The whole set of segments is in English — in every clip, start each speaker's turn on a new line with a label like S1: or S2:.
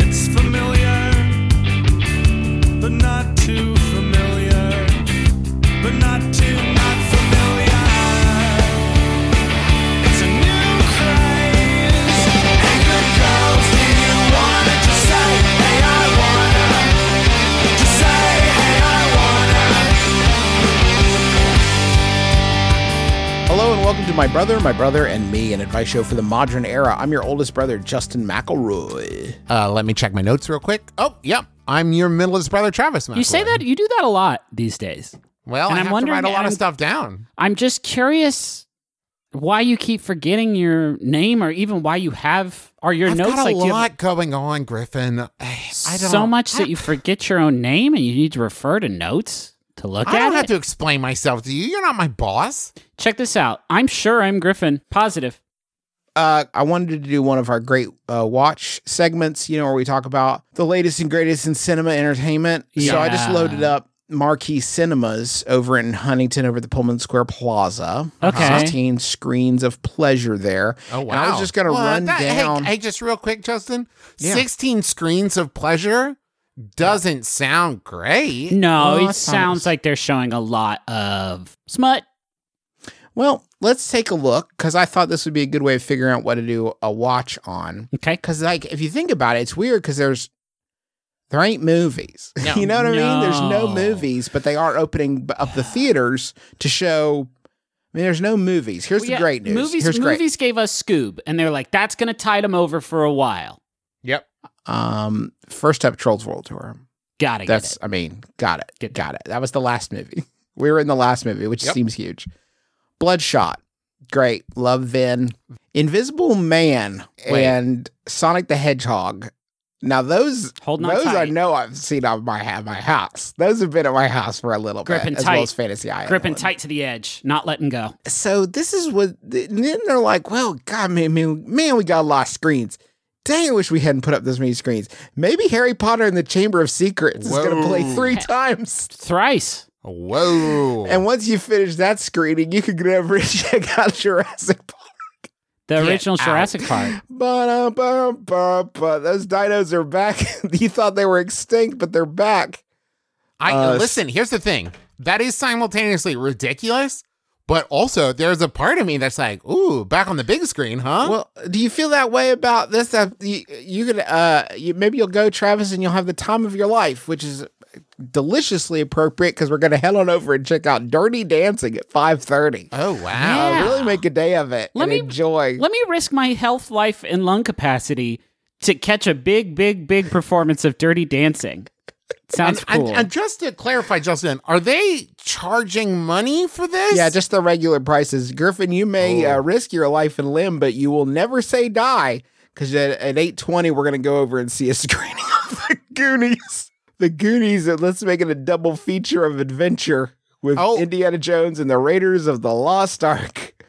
S1: It's familiar, but not too familiar, but not too not familiar. It's a new craze. Hey, good girls, do you wanna just say, hey, I wanna? Just say, hey, I wanna.
S2: Hello and welcome to My Brother, My Brother and Me, an advice show for the modern era. I'm your oldest brother, Justin McElroy.
S3: Uh, let me check my notes real quick. Oh, yep. I'm your middleest brother, Travis.
S4: You say
S3: McElroy.
S4: that you do that a lot these days.
S3: Well,
S4: and
S3: I
S4: I'm
S3: have to
S4: wondering-
S3: write a lot
S4: and
S3: of
S4: I'm-
S3: stuff down.
S4: I'm just curious why you keep forgetting your name or even why you have are your
S3: I've
S4: notes
S3: got a
S4: like do you have
S3: lot going on, Griffin. I don't,
S4: so much that you forget your own name and you need to refer to notes to look
S3: I
S4: at
S3: don't have
S4: it.
S3: to explain myself to you. You're not my boss.
S4: Check this out. I'm sure I'm Griffin. Positive.
S2: Uh, I wanted to do one of our great uh, watch segments, you know, where we talk about the latest and greatest in cinema entertainment. So I just
S4: Yeah.
S2: loaded up Marquee Cinemas over in Huntington over the Pullman Square Plaza.
S4: Okay.
S2: 16 screens of pleasure there.
S3: Oh
S2: And
S3: wow!
S2: I was just going to
S3: Well,
S2: run
S3: that- hey,
S2: down.
S3: Hey, just real quick, Justin.
S2: Yeah.
S3: Sixteen screens of pleasure doesn't sound great.
S4: No,
S2: Oh, I
S4: it
S2: thought it was-
S4: sounds like they're showing a lot of smut.
S2: Well, let's take a look because I thought this would be a good way of figuring out what to do a watch on.
S4: Okay.
S2: Because, like, if you think about it, it's weird because there's there ain't movies.
S4: No.
S2: you know what I mean? There's no
S4: No.
S2: movies, but they are opening b- up the theaters to show. I mean, there's no movies. Here's
S4: Well,
S2: the
S4: yeah,
S2: great news.
S4: Movies
S2: Here's great.
S4: movies gave us Scoob and they're like, that's gonna tide them over for a while.
S3: Yep.
S2: Um, first up, Trolls World Tour.
S4: Gotta get
S2: That's.
S4: it.
S2: I mean, got it.
S4: Get that.
S2: got it. That was the last movie. We were in the last movie, which
S3: Yep.
S2: seems huge. Bloodshot. Great. Love Vin. Invisible Man
S3: Wait.
S2: and Sonic the Hedgehog. Now those
S4: Holding on
S2: those I
S4: tight.
S2: know I've seen on my at my house. Those have been at my house for a little
S4: Gripping
S2: bit, as well
S4: tight.
S2: as Fantasy Island.
S4: Gripping tight to the edge, not letting go.
S2: So this is what and then they're like. Well, God, man, man, man, we got a lot of screens. Dang, I wish we hadn't put up this many screens. Maybe Harry Potter and the Chamber of Secrets is going to play
S3: Whoa.
S2: three times.
S4: Thrice.
S3: Whoa.
S2: And once you finish that screening, you can go over and check out Jurassic Park.
S4: The
S3: Get
S4: original
S3: out.
S4: Jurassic Park.
S2: Ba-da-ba-ba-ba. Those dinos are back. you thought they were extinct, but they're back.
S3: I
S2: Uh,
S3: listen. Here's the thing. That is simultaneously ridiculous, but also there's a part of me that's like, "Ooh, back on the big screen, huh?"
S2: Well, do you feel that way about this? That you, you could, uh, you, maybe you'll go, Travis, and you'll have the time of your life, which is deliciously appropriate because we're going to head on over and check out Dirty Dancing at five thirty. Uh,
S3: oh wow.
S4: Uh, Yeah.
S2: Really make a day of it
S4: Let
S2: and
S4: me-
S2: enjoy.
S4: Let me risk my health, life, and lung capacity to catch a big, big, big performance of Dirty Dancing. Sounds
S3: and,
S4: cool.
S3: and just to clarify, Justin, are they charging money for this?
S2: Yeah, just the regular prices. Griffin, you may
S3: Oh.
S2: uh, risk your life and limb, but you will never say die because at, at eight twenty we're gonna go over and see a screening of the Goonies. The Goonies, and let's make it a double feature of adventure with
S3: Oh.
S2: Indiana Jones and the Raiders of the Lost Ark,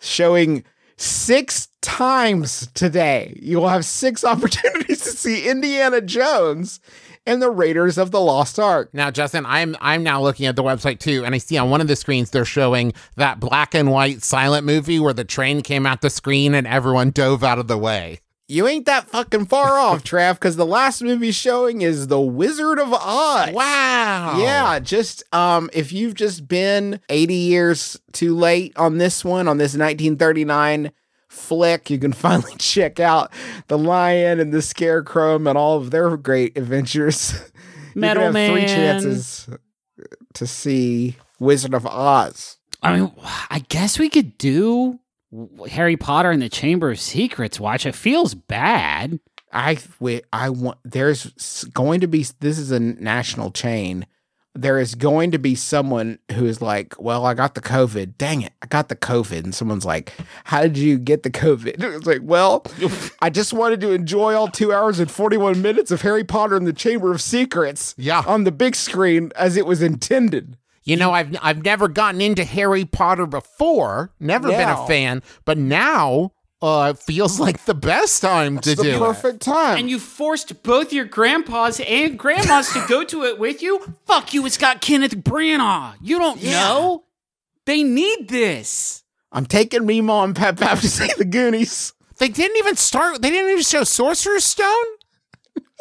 S2: showing six times today. You will have six opportunities to see Indiana Jones and the Raiders of the Lost Ark.
S3: Now, Justin, I'm I'm now looking at the website too, and I see on one of the screens they're showing that black and white silent movie where the train came out the screen and everyone dove out of the way.
S2: You ain't that fucking far off, Trav, because the last movie showing is The Wizard of Oz.
S3: Wow.
S2: Yeah, just um, if you've just been 80 years too late on this one, on this 1939 flick, you can finally check out The Lion and the Scarecrow and all of their great adventures. You're
S4: Metal
S2: gonna have three
S4: Man.
S2: chances to see Wizard of Oz.
S4: I mean, I guess we could do Harry Potter and the Chamber of Secrets watch. It feels bad.
S2: I wi- I want there's s- going to be this is a national chain. There is going to be someone who is like, "Well, I got the COVID. Dang it, I got the COVID." And someone's like, "How did you get the COVID?" It's like, "Well, I just wanted to enjoy all two hours and forty-one minutes of Harry Potter and the Chamber of Secrets
S3: Yeah.
S2: on the big screen as it was intended."
S3: You know, I've I've never gotten into Harry Potter before, never been
S2: Yeah.
S3: a fan, but now uh, it feels like the best time to
S2: the
S3: do it.
S2: perfect time.
S4: And you forced both your grandpas and grandmas to go to it with you? Fuck you, it's got Kenneth Branagh. You don't know. They need this.
S2: I'm taking Mima and Pep Pep to see the Goonies.
S3: They didn't even start. They didn't even show Sorcerer's Stone.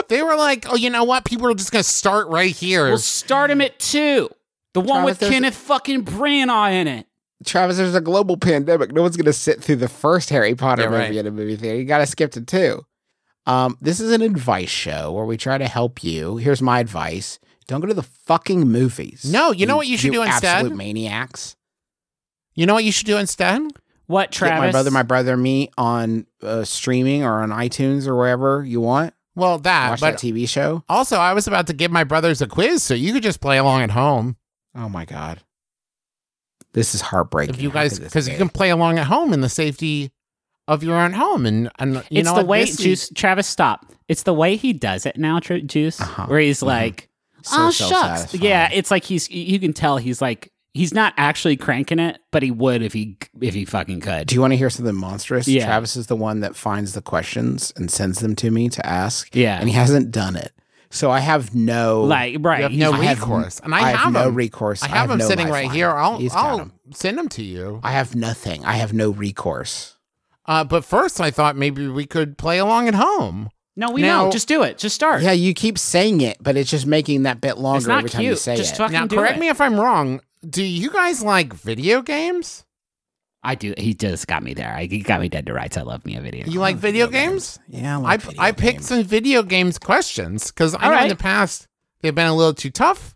S3: they were like, oh, you know what? People are just gonna start right here.
S4: We'll start him at two. The one
S2: Travis,
S4: with
S2: there's a-
S4: Kenneth fucking Branagh in it.
S2: Travis, there's a global pandemic. No one's going to sit through the first Harry Potter
S3: Yeah,
S2: movie
S3: right.
S2: at a movie theater. You got to skip to two. Um, this is an advice show where we try to help you. Here's my advice: don't go to the fucking movies.
S3: No, you know what you should do instead?
S2: Absolute maniacs.
S3: you know what you should do instead?
S4: What, Travis?
S2: Get my brother, my brother, and me on uh, streaming or on iTunes or wherever you want.
S3: Well, that.
S2: Watch
S3: Uh, but
S2: that TV show.
S3: also, I was about to give my brothers a quiz, so you could just play along at home
S2: Oh my god, this is heartbreaking.
S3: if you
S2: How
S3: guys,
S2: could this
S3: because you
S2: be?
S3: can play along at home in the safety of your own home, and and you
S4: it's
S3: know
S4: the
S3: what?
S4: way
S3: This week-
S4: Juice Travis stop. It's the way he does it now, Tru- Juice,
S2: Uh-huh,
S4: where he's
S2: mhm.
S4: like,
S2: So
S4: oh shucks,
S2: self-satisfying.
S4: yeah. It's like he's you can tell he's like he's not actually cranking it, but he would if he if he fucking could.
S2: Do you want to hear something monstrous?
S4: Yeah.
S2: Travis is the one that finds the questions and sends them to me to ask.
S4: Yeah.
S2: And he hasn't done it. So I have no
S4: like right,
S3: You have no
S4: he's-
S2: I have-
S3: recourse, and I,
S2: I have, no
S3: them.
S2: recourse.
S3: I have them
S2: no
S3: sitting right
S2: lifeline.
S3: here. I'll
S2: He's got
S3: I'll
S2: 'em.
S3: send them to you.
S2: I have nothing. I have no recourse.
S3: Uh, but first, I thought maybe we could play along at home.
S4: no, we
S3: Now-
S4: know. Just do it. Just start.
S2: Yeah, you keep saying it, but it's just making that bit
S4: it's
S2: longer
S4: not
S2: every time you
S4: cute.
S2: say
S4: Just
S2: it.
S4: fucking
S3: Now,
S4: do
S3: correct
S4: it.
S3: me if I'm wrong. Do you guys like video games?
S4: I do. He just got me there. I, he got me dead to rights. I love me a video.
S3: You like video games?
S2: yeah, I,
S3: I,
S2: like video
S3: I picked
S2: games.
S3: some video games questions because I
S4: All
S3: know in
S4: right.
S3: the past they've been a little too tough,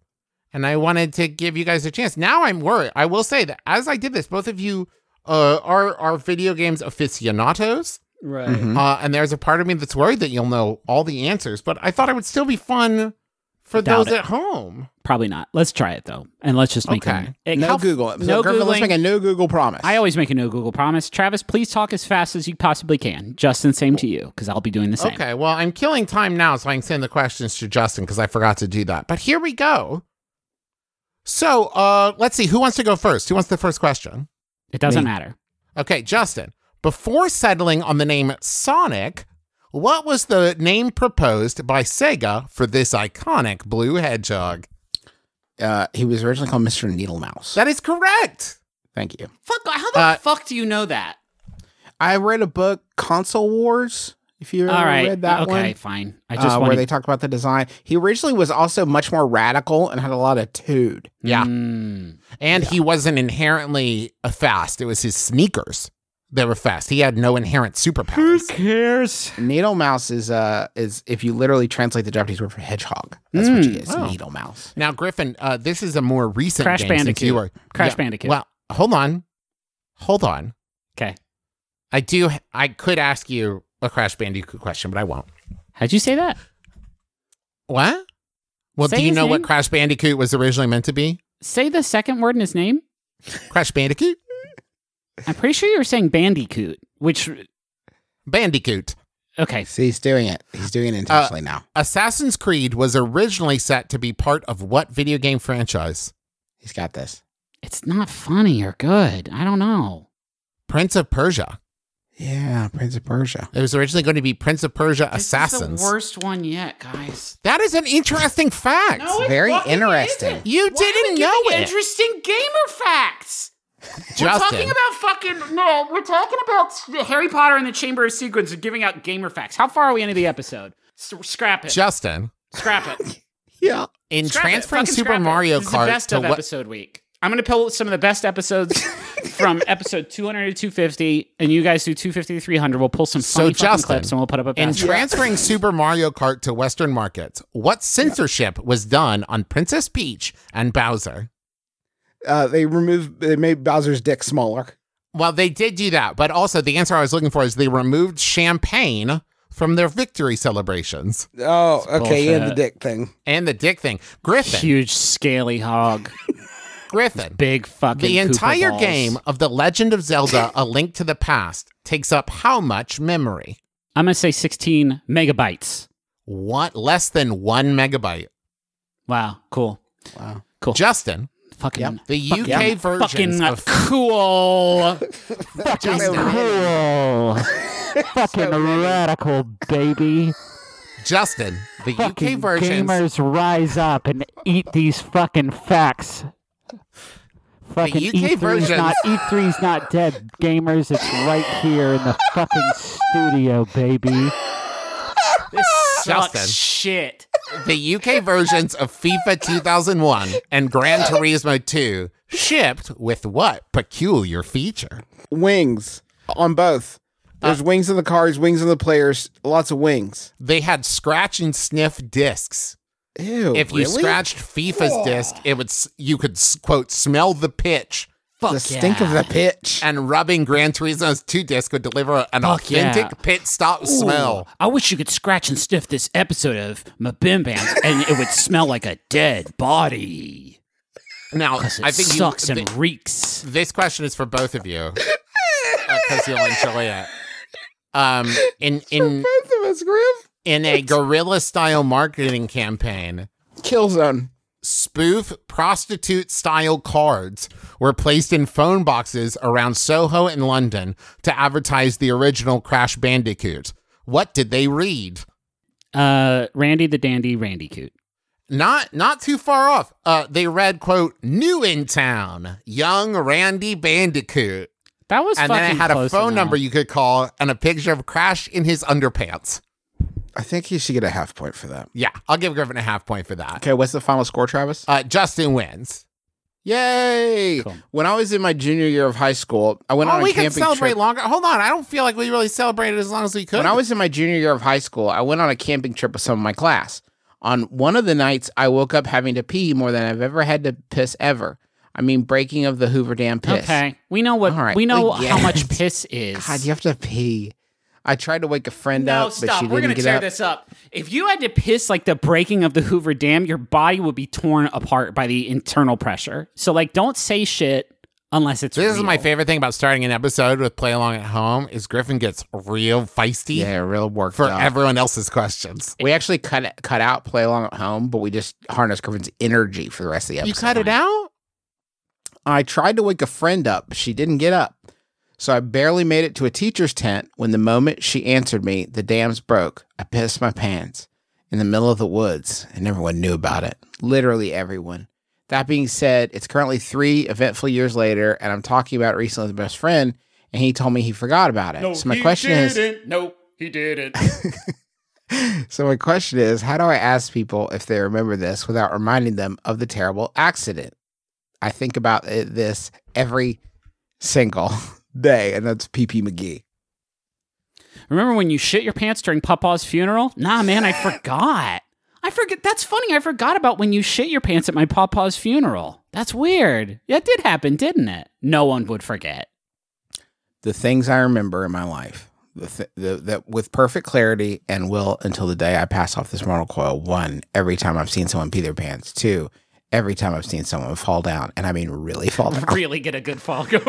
S3: and I wanted to give you guys a chance. Now I'm worried. I will say that as I did this, both of you uh, are are video games aficionados,
S4: right.
S2: Mhm.
S3: uh, and there's a part of me that's worried that you'll know all the answers. But I thought it would still be fun for
S4: Doubt
S3: those
S4: it.
S3: at home.
S4: Probably not. Let's try it though, and let's just make
S3: Okay.
S4: it.
S2: No
S4: how-
S2: Google. So
S4: No
S2: Griffin, let's
S4: googling.
S2: make a no Google promise.
S4: I always make a no Google promise. Travis, please talk as fast as you possibly can. Justin, same to you, because I'll be doing the same.
S3: Okay, well I'm killing time now, so I can send the questions to Justin because I forgot to do that. But here we go. So uh, let's see who wants to go first. Who wants the first question?
S4: It doesn't
S2: Me.
S4: matter.
S3: Okay, Justin, before settling on the name Sonic, what was the name proposed by Sega for this iconic blue hedgehog?
S2: uh, he was originally called Mr. Needle Mouse.
S3: That is correct.
S2: Thank you.
S4: Fuck. How the
S3: Uh,
S4: fuck do you know that?
S2: I read a book, Console Wars. If you ever
S4: All right.
S2: read that
S4: okay.
S2: one,
S4: Fine. I just
S2: uh,
S4: wanted.
S2: where they talk about the design. He originally was also much more radical and had a lot of tood.
S3: Yeah.
S4: Mm.
S3: And he wasn't inherently uh, fast. It was his sneakers that were fast. He had no inherent superpowers.
S4: cares?
S2: Needle mouse is uh is if you literally translate the Japanese word for hedgehog, that's what he is.
S3: Oh.
S2: Needle mouse.
S3: Now, Griffin, uh, this is a more recent
S4: Crash
S3: game since
S4: Bandicoot.
S3: you were-
S4: Crash
S3: Yeah.
S4: Bandicoot.
S3: Well, hold on. Hold on.
S4: okay.
S3: I do. I could ask you a Crash Bandicoot question, but I won't.
S4: How'd you say that?
S3: What? Well,
S4: Say
S3: do you
S4: his
S3: know what
S4: name.
S3: Crash Bandicoot was originally meant to be?
S4: Say the second word in his name.
S3: Crash Bandicoot?
S4: I'm pretty sure you were saying Bandicoot, which.
S3: Bandicoot.
S4: Okay.
S2: See, he's doing it. He's doing it intentionally now.
S3: Assassin's Creed was originally set to be part of what video game franchise?
S2: He's got this.
S4: It's not funny or good. I don't know.
S3: Prince of Persia.
S2: Yeah, Prince of Persia.
S3: It was originally going to be Prince of Persia Assassins.
S4: This is the worst one yet, guys.
S3: that is an interesting fact.
S2: it Very fucking interesting. isn't.
S3: You didn't know it.
S4: Interesting gamer facts. We're
S3: Justin,
S4: talking about fucking no. We're talking about Harry Potter and the Chamber of Secrets are giving out gamer facts. How far are we into the episode? S- scrap it.
S3: Justin,
S4: scrap it.
S2: Yeah.
S3: in
S4: Scrap it.
S3: transferring
S4: Fucking
S3: Super
S4: scrap it.
S3: Mario
S4: this
S3: Kart
S4: is the best
S3: to
S4: of
S3: what?
S4: episode week. I'm gonna pull some of the best episodes from episode 200 to 250, and you guys do 250 to 300. We'll pull some
S3: So,
S4: funny fucking
S3: Justin,
S4: clips, and we'll put up a
S3: In
S4: best.
S3: transferring Super Mario Kart to Western markets, what censorship was done on Princess Peach and Bowser?
S2: Uh, they removed. They made Bowser's dick smaller.
S3: Well, they did do that, but also the answer I was looking for is they removed champagne from their victory celebrations
S2: Oh,
S4: okay, and the bullshit.
S2: dick thing.
S3: and the dick thing. Griffin,
S4: huge scaly hog,
S3: Griffin,
S4: big fucking.
S3: the
S4: Koopa
S3: entire
S4: balls.
S3: game of The Legend of Zelda: A Link to the Past takes up how much memory?
S4: I'm gonna say 16 megabytes.
S3: What less than one megabyte?
S4: Wow, cool.
S2: Wow.
S4: Cool.
S3: Justin,
S4: Fucking
S3: The UK versions
S4: fucking
S5: uh,
S3: of
S4: cool.
S5: fucking radical, baby.
S3: Justin, the
S5: fucking
S3: UK versions,
S5: gamers rise up and eat these fucking facts. Fucking
S3: UK
S5: E3's not E3's not dead, gamers. It's right here in the fucking studio, baby.
S4: This
S3: Justin.
S4: sucks shit.
S3: the UK versions of FIFA 2001 and Gran Turismo 2 shipped with what peculiar feature?
S2: Wings on both. There's wings in the cars, wings in the players, lots of wings.
S3: They had scratch and sniff discs.
S2: Ew.
S4: Oh,
S3: If you
S2: really?
S3: scratched FIFA's disc, it would s- you could s- quote smell the pitch.
S4: Fuck
S2: the stink
S4: yeah.
S2: of the pitch.
S3: And rubbing Gran Turismo's 2 disc would deliver an
S4: Fuck yeah.
S3: authentic pit stop smell.
S4: Oh, I wish you could scratch and sniff this episode of Mabim Bams and it would smell like a dead body.
S3: Now,
S4: Because it
S3: I think
S4: sucks
S3: you,
S4: and
S3: thi-
S4: reeks.
S3: this question is for both of you because you'll enjoy it. Um, in in
S2: Both of us, Griff.
S3: in a guerrilla style marketing campaign,
S2: Killzone.
S3: spoof prostitute style cards were placed in phone boxes around Soho and London to advertise the original Crash Bandicoot. What did they read?
S4: Uh, Randy the Dandy, Randy Coot.
S3: Not not too far off. Uh, they read quote New in town, young Randy Bandicoot.
S4: That was
S3: and
S4: fucking
S3: then it had a
S4: close
S3: phone
S4: enough.
S3: number you could call and a picture of Crash in his underpants.
S2: I think he should get a half point for that.
S3: Yeah, I'll give Griffin a half point for that.
S2: Okay, what's the final score, Travis?
S3: Uh, Justin wins.
S2: Yay! When I was in my junior year of high school, I went
S3: oh,
S2: on a
S3: we can
S2: camping
S3: celebrate
S2: trip.
S3: longer. Hold on, I don't feel like we really celebrated as long as we could.
S2: When I was in my junior year of high school, I went on a camping trip with some of my class. On one of the nights, I woke up having to pee more than I've ever had to piss ever. I mean, breaking of the Hoover Dam piss.
S4: Okay, we know what
S2: All right,
S4: we know
S2: well,
S4: how
S2: yes.
S4: much piss is.
S2: God, you have to pee. I tried to wake a friend
S4: no,
S2: up, but
S4: stop.
S2: she
S4: We're
S2: didn't
S4: gonna
S2: get
S4: tear
S2: up.
S4: this up. If you had to piss like the breaking of the Hoover Dam, your body would be torn apart by the internal pressure. So like, don't say shit unless it's.
S3: this is
S4: real.
S3: my favorite thing about starting an episode with Play Along at Home is Griffin gets real feisty
S2: Yeah, real work
S3: for everyone else's questions.
S2: We actually cut cut out play along at home, but we just harnessed Griffin's energy for the rest of the episode.
S3: it out?
S2: I tried to wake a friend up, but she didn't get up. So I barely made it to a teacher's tent when the moment she answered me, the dams broke. I pissed my pants in the middle of the woods, and everyone knew about it. Literally everyone. That being said, it's currently three eventful years later, and I'm talking about it recently with my best friend, and he told me he forgot about it. so my question is
S4: Nope, he didn't.
S2: So my question is, how do I ask people if they remember this without reminding them of the terrible accident? I think about it, this every single day, and that's PP McGee.
S4: Remember when you shit your pants during Papa's funeral? Nah, man, I forgot. I forget. That's funny. I forgot about when you shit your pants at my Papa's funeral. That's weird. That did happen, didn't it? No one would forget.
S2: The things I remember in my life, the th- the, that with perfect clarity and will until the day I pass off this mortal coil. One, every time I've seen someone pee their pants. Two, every time I've seen someone fall down, and I mean really fall down.
S4: Really get a good fall going.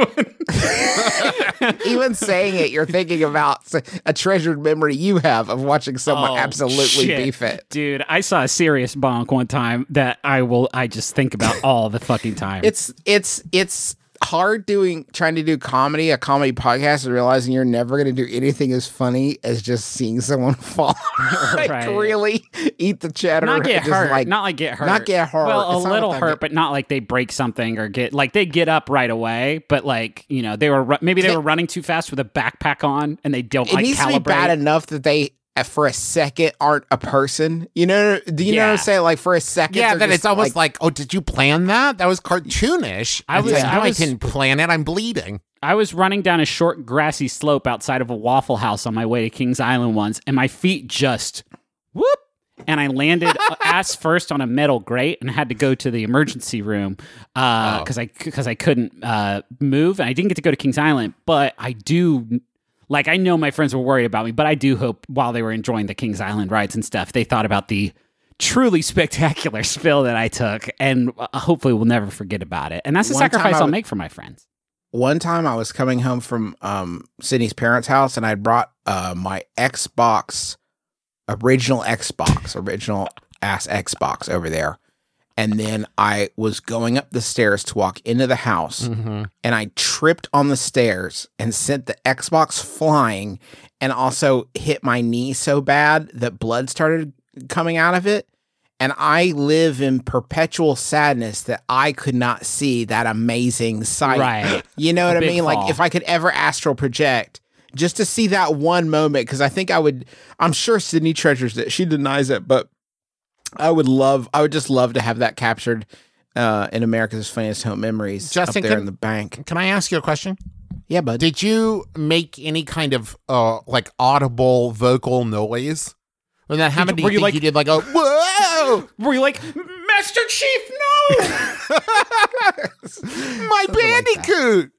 S2: Even saying it, you're thinking about a treasured memory you have of watching someone
S4: Oh,
S2: absolutely
S4: shit.
S2: beef it.
S4: Dude, I saw a serious bonk one time that I will, I just think about all the fucking time.
S2: it's it's it's hard doing trying to do comedy a comedy podcast and realizing you're never going to do anything as funny as just seeing someone fall like
S4: Right.
S2: really eat the cheddar
S4: not get
S2: and just,
S4: hurt.
S2: like-
S4: not like get hurt.
S2: not get hurt.
S4: Well,
S2: It's
S4: a
S2: not
S4: little
S2: like
S4: hurt,
S2: get-
S4: but not like they break something or get like they get up right away. But like you know, they were ru- maybe they,
S2: They-
S4: were running too fast with a backpack on and they don't
S2: it
S4: like
S2: needs
S4: calibrate.
S2: to be bad enough that they uh, for a second aren't a person you know do you know what
S4: Yeah.
S2: i'm saying like for a second
S3: Yeah,
S2: they're
S3: then
S2: just,
S3: it's almost like, oh, did you plan that? That was cartoonish.
S4: I
S3: I was,
S4: was-
S3: like,
S4: I
S3: no, I
S4: was-
S3: didn't plan it. I'm bleeding.
S4: I was running down a short grassy slope outside of a Waffle House on my way to Kings Island once, and my feet just whoop, and I landed uh, ass first on a metal grate and had to go to the emergency room
S2: Oh.
S4: because I because I couldn't uh, move, and I didn't get to go to Kings Island, but I do. Like I know my friends were worried about me, but I do hope while they were enjoying the Kings Island rides and stuff, they thought about the truly spectacular spill that I took, and uh, hopefully we'll never forget about it. And that's a
S2: One time
S4: sacrifice
S2: I
S4: I'll
S2: was-
S4: make for my friends.
S2: one time I was coming home from um, Sydney's parents' house, and I brought uh, my Xbox, original Xbox, original ass Xbox over there, And then I was going up the stairs to walk into the house and I tripped on the stairs and sent the Xbox flying and also hit my knee so bad that blood started coming out of it. And I live in perpetual sadness that I could not see that amazing sight.
S4: Right.
S2: You know what I
S4: big
S2: mean?
S4: fall.
S2: Like if I could ever astral project just to see that one moment, because I think I would, I'm sure Sydney treasures it. She denies it, but I would love, I would just love to have that captured uh, in America's Funniest Home Memories
S3: Justin,
S2: up there
S3: can-
S2: in the bank.
S3: Can I ask you a question?
S2: Yeah, bud.
S3: Did you make any kind of uh like audible vocal noise when that happened?
S4: you-
S3: do
S4: were
S3: you
S4: you
S3: think
S4: like-
S3: you did like a whoa?
S4: Were you like, Master Chief, no?
S3: My bandicoot.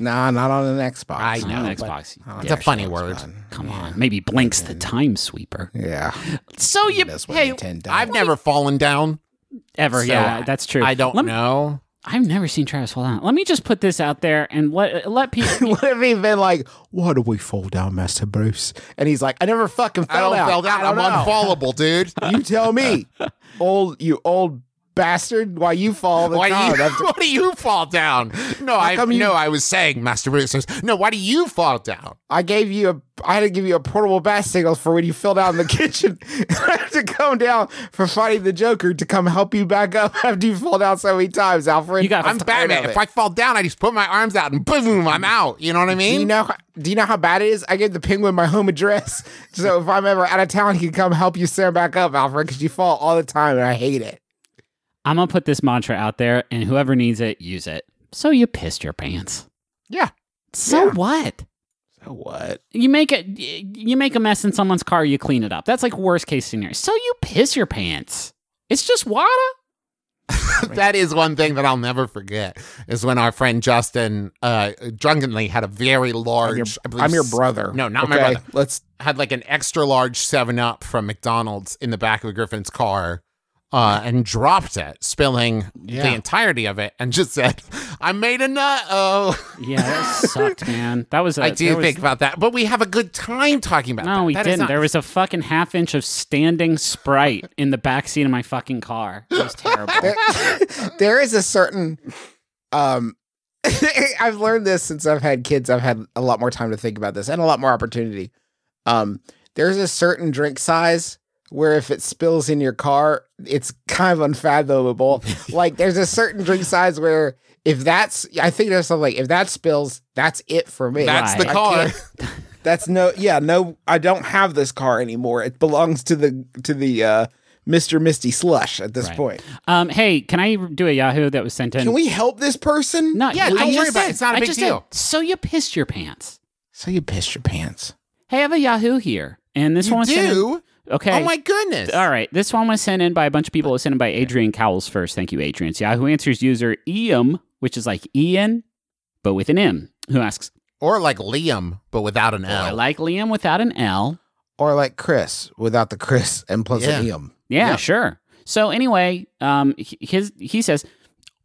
S2: Nah, not on an Xbox.
S3: I know.
S4: Not on
S3: but-
S4: Xbox.
S2: On
S3: It's
S2: the
S3: a funny
S2: actual
S3: word.
S2: Xbox.
S4: Come on. Maybe Blink's the time sweeper.
S2: Yeah.
S4: So you,
S2: That's what
S4: hey,
S2: Nintendo.
S3: I've never fallen down.
S4: ever,
S3: so
S4: yeah,
S3: I-
S4: that's true.
S3: I don't
S4: Lem-
S3: know.
S4: I've never seen Travis fall down. Let me just put this out there and let let people.
S2: would have even been like, why do we fall down, Master Bruce? And he's like, I never fucking
S3: I
S2: fell
S3: don't
S2: down.
S3: fell down.
S2: I
S3: I'm
S2: don't know."
S3: unfallable, dude.
S2: You tell me, old you old bastard, why you fall the
S3: Why
S2: time?
S3: do, you,
S2: after-
S3: why do you fall down? No, I
S2: come you-
S3: no. I was saying, Master Bruce. says, No, why do you fall down?
S2: I gave you a I had to give you a portable bat signal for when you fell down in the kitchen. I have to come down for fighting the Joker to come help you back up after you fall down so many times, Alfred.
S4: You got-
S3: I'm
S2: tired
S3: Batman.
S2: of
S3: If
S2: it.
S3: I fall down, I just put my arms out and boom, I'm out. You know what I
S2: do
S3: mean?
S2: you know do you know how bad it is? I gave the penguin my home address. So if I'm ever out of town, he can come help you stand back up, Alfred, because you fall all the time and I hate it.
S4: I'm gonna put this mantra out there, and whoever needs it, use it. So you pissed your pants.
S3: Yeah.
S4: So
S2: Yeah.
S4: what?
S2: So what?
S4: You make a you make a mess in someone's car, you clean it up. That's like worst case scenario. So you piss your pants. It's just water.
S3: that is one thing that I'll never forget is when our friend Justin uh, drunkenly had a very large.
S2: I'm your,
S3: I believe
S2: I'm your
S3: s-
S2: brother.
S3: No, not my brother.
S2: Let's
S3: Had like an extra large Seven Up from McDonald's in the back of Griffin's car. Uh, and dropped it, spilling the
S2: Yeah.
S3: entirety of it, and just said, "I made a nut." Oh,
S4: Yeah, that sucked, man. That was a
S3: I
S4: there
S3: do
S4: was-
S3: think about that, but we have a good time talking about that.
S4: No, we
S3: That is
S4: didn't.
S3: not-
S4: There was a fucking half inch of standing sprite in the backseat of my fucking car. It was terrible.
S2: there is a certain um I've learned this since I've had kids. I've had a lot more time to think about this and a lot more opportunity. Um there's a certain drink size where if it spills in your car, it's kind of unfathomable. like there's a certain drink size where if that's I think there's something like if that spills, that's it for me.
S3: That's
S4: Right.
S3: the
S4: I
S3: car.
S2: That's no, yeah, no. I don't have this car anymore. It belongs to the to the uh, Mr. Misty Slush at this
S4: Right.
S2: point.
S4: um, hey, can I do a Yahoo that was sent in?
S2: Can we help this person?
S4: No,
S3: Yeah,
S4: we-
S3: don't
S4: I
S3: worry
S4: just
S3: about it.
S4: said-
S3: It's not a
S4: I
S3: big
S4: just
S3: deal.
S4: said, so you pissed your pants.
S2: So you pissed your pants.
S4: Hey, I have a Yahoo here, and this
S3: You
S4: one was sent in-
S3: do?
S4: Okay.
S3: Oh my goodness!
S4: All right, this one was sent in by a bunch of people. It was sent in by Adrian Cowles first. Thank you, Adrian. It's Yahoo Answers user Iam, which is like Ian, but with an M, who asks, "Oh,
S3: Or like Liam, but without an
S4: I
S3: L.
S4: like Liam without an L.
S2: Or like Chris without the Chris and plus
S3: Yeah.
S2: an Iam.
S4: Yeah,
S3: Yeah.
S4: sure. So anyway, um, h- his he says,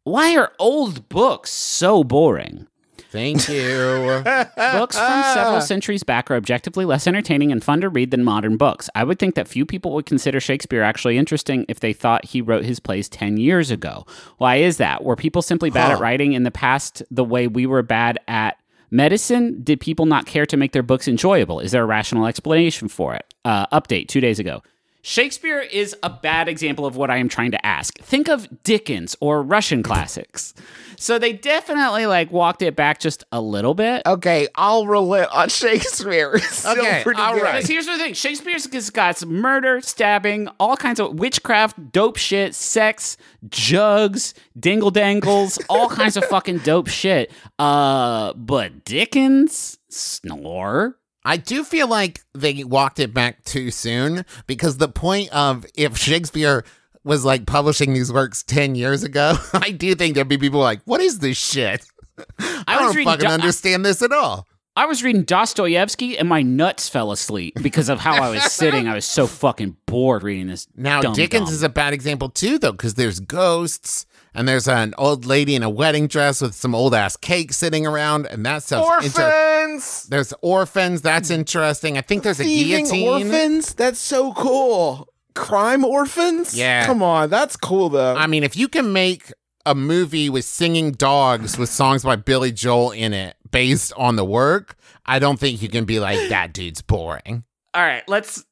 S4: why are old books so boring?
S3: Thank you.
S4: Books from
S2: Ah.
S4: several centuries back are objectively less entertaining and fun to read than modern books. I would think that few people would consider Shakespeare actually interesting if they thought he wrote his plays 10 years ago. Why is that? Were people simply bad at writing in the past the way we were bad at medicine? Did people not care to make their books enjoyable? Is there a rational explanation for it? Uh, update two days ago. Shakespeare is a bad example of what I am trying to ask. Think of Dickens or Russian classics. So they definitely like walked it back just a little bit.
S2: Okay, I'll relent on Shakespeare. It's still
S3: Okay,
S2: pretty
S3: all
S2: good.
S3: right.
S4: Because here's the thing: Shakespeare's has got some murder, stabbing, all kinds of witchcraft, dope shit, sex, jugs, dingle dangles, all kinds of fucking dope shit. Uh, but Dickens snore.
S3: I do feel like they walked it back too soon because the point of if Shakespeare was like publishing these works 10 years ago, I do think there'd be people like, what is this shit? I,
S4: was
S3: don't
S4: reading
S3: fucking
S4: Do-
S3: understand this at all.
S4: I was reading Dostoevsky and my nuts fell asleep because of how I was sitting. I was so fucking bored reading this.
S3: Now,
S4: dumb
S3: Dickens
S4: dumb.
S3: is a bad example too, though, because there's ghosts and there's an old lady in a wedding dress with some old ass cake sitting around, and that stuff's inter-
S2: Orphans!
S3: There's orphans. That's interesting. I think there's a
S2: Thieving
S3: guillotine.
S2: orphans? That's so cool. crime orphans?
S3: Yeah.
S2: Come on, that's cool though.
S3: I mean, if you can make a movie with singing dogs with songs by Billy Joel in it based on the work, I don't think you can be like that dude's boring.
S4: All right, let's.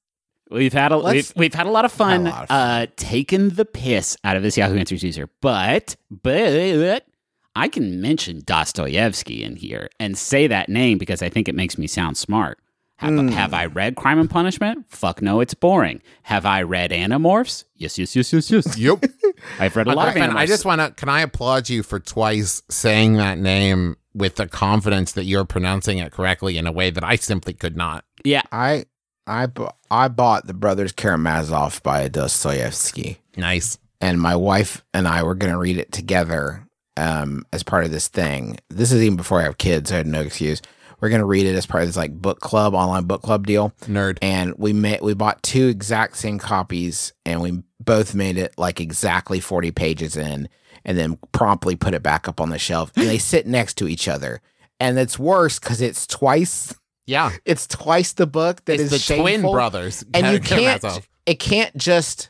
S4: We've had a
S2: Let's-
S4: we've, we've had a lot of fun,
S2: Had a lot of
S4: uh taking the piss out of this Yahoo Answers user, but but I can mention Dostoevsky in here and say that name because I think it makes me sound smart. Have, have I read Crime and Punishment? Fuck no, it's boring. Have I read Animorphs? Yes, yes, yes, yes, yes.
S3: Yep.
S4: I've read a lot of
S3: Griffin,
S4: Animorphs.
S3: I just want to. Can I applaud you for twice saying that name with the confidence that you're pronouncing it correctly in a way that I simply could not?
S4: yeah,
S2: I I bu- I bought The Brothers Karamazov by Dostoevsky,
S3: Nice.
S2: and my wife and I were going to read it together um, as part of this thing. This is even before I have kids, so I had no excuse. We're going to read it as part of this like book club, online book club deal,
S3: Nerd.
S2: and we made we bought two exact same copies, and we both made it like exactly forty pages in, and then promptly put it back up on the shelf, and they sit next to each other. And it's worse because it's twice
S3: Yeah.
S2: it's twice the book that
S3: It's
S2: is
S3: the twin
S2: shameful.
S3: brothers.
S2: and you
S3: Karamazov.
S2: can't it can't just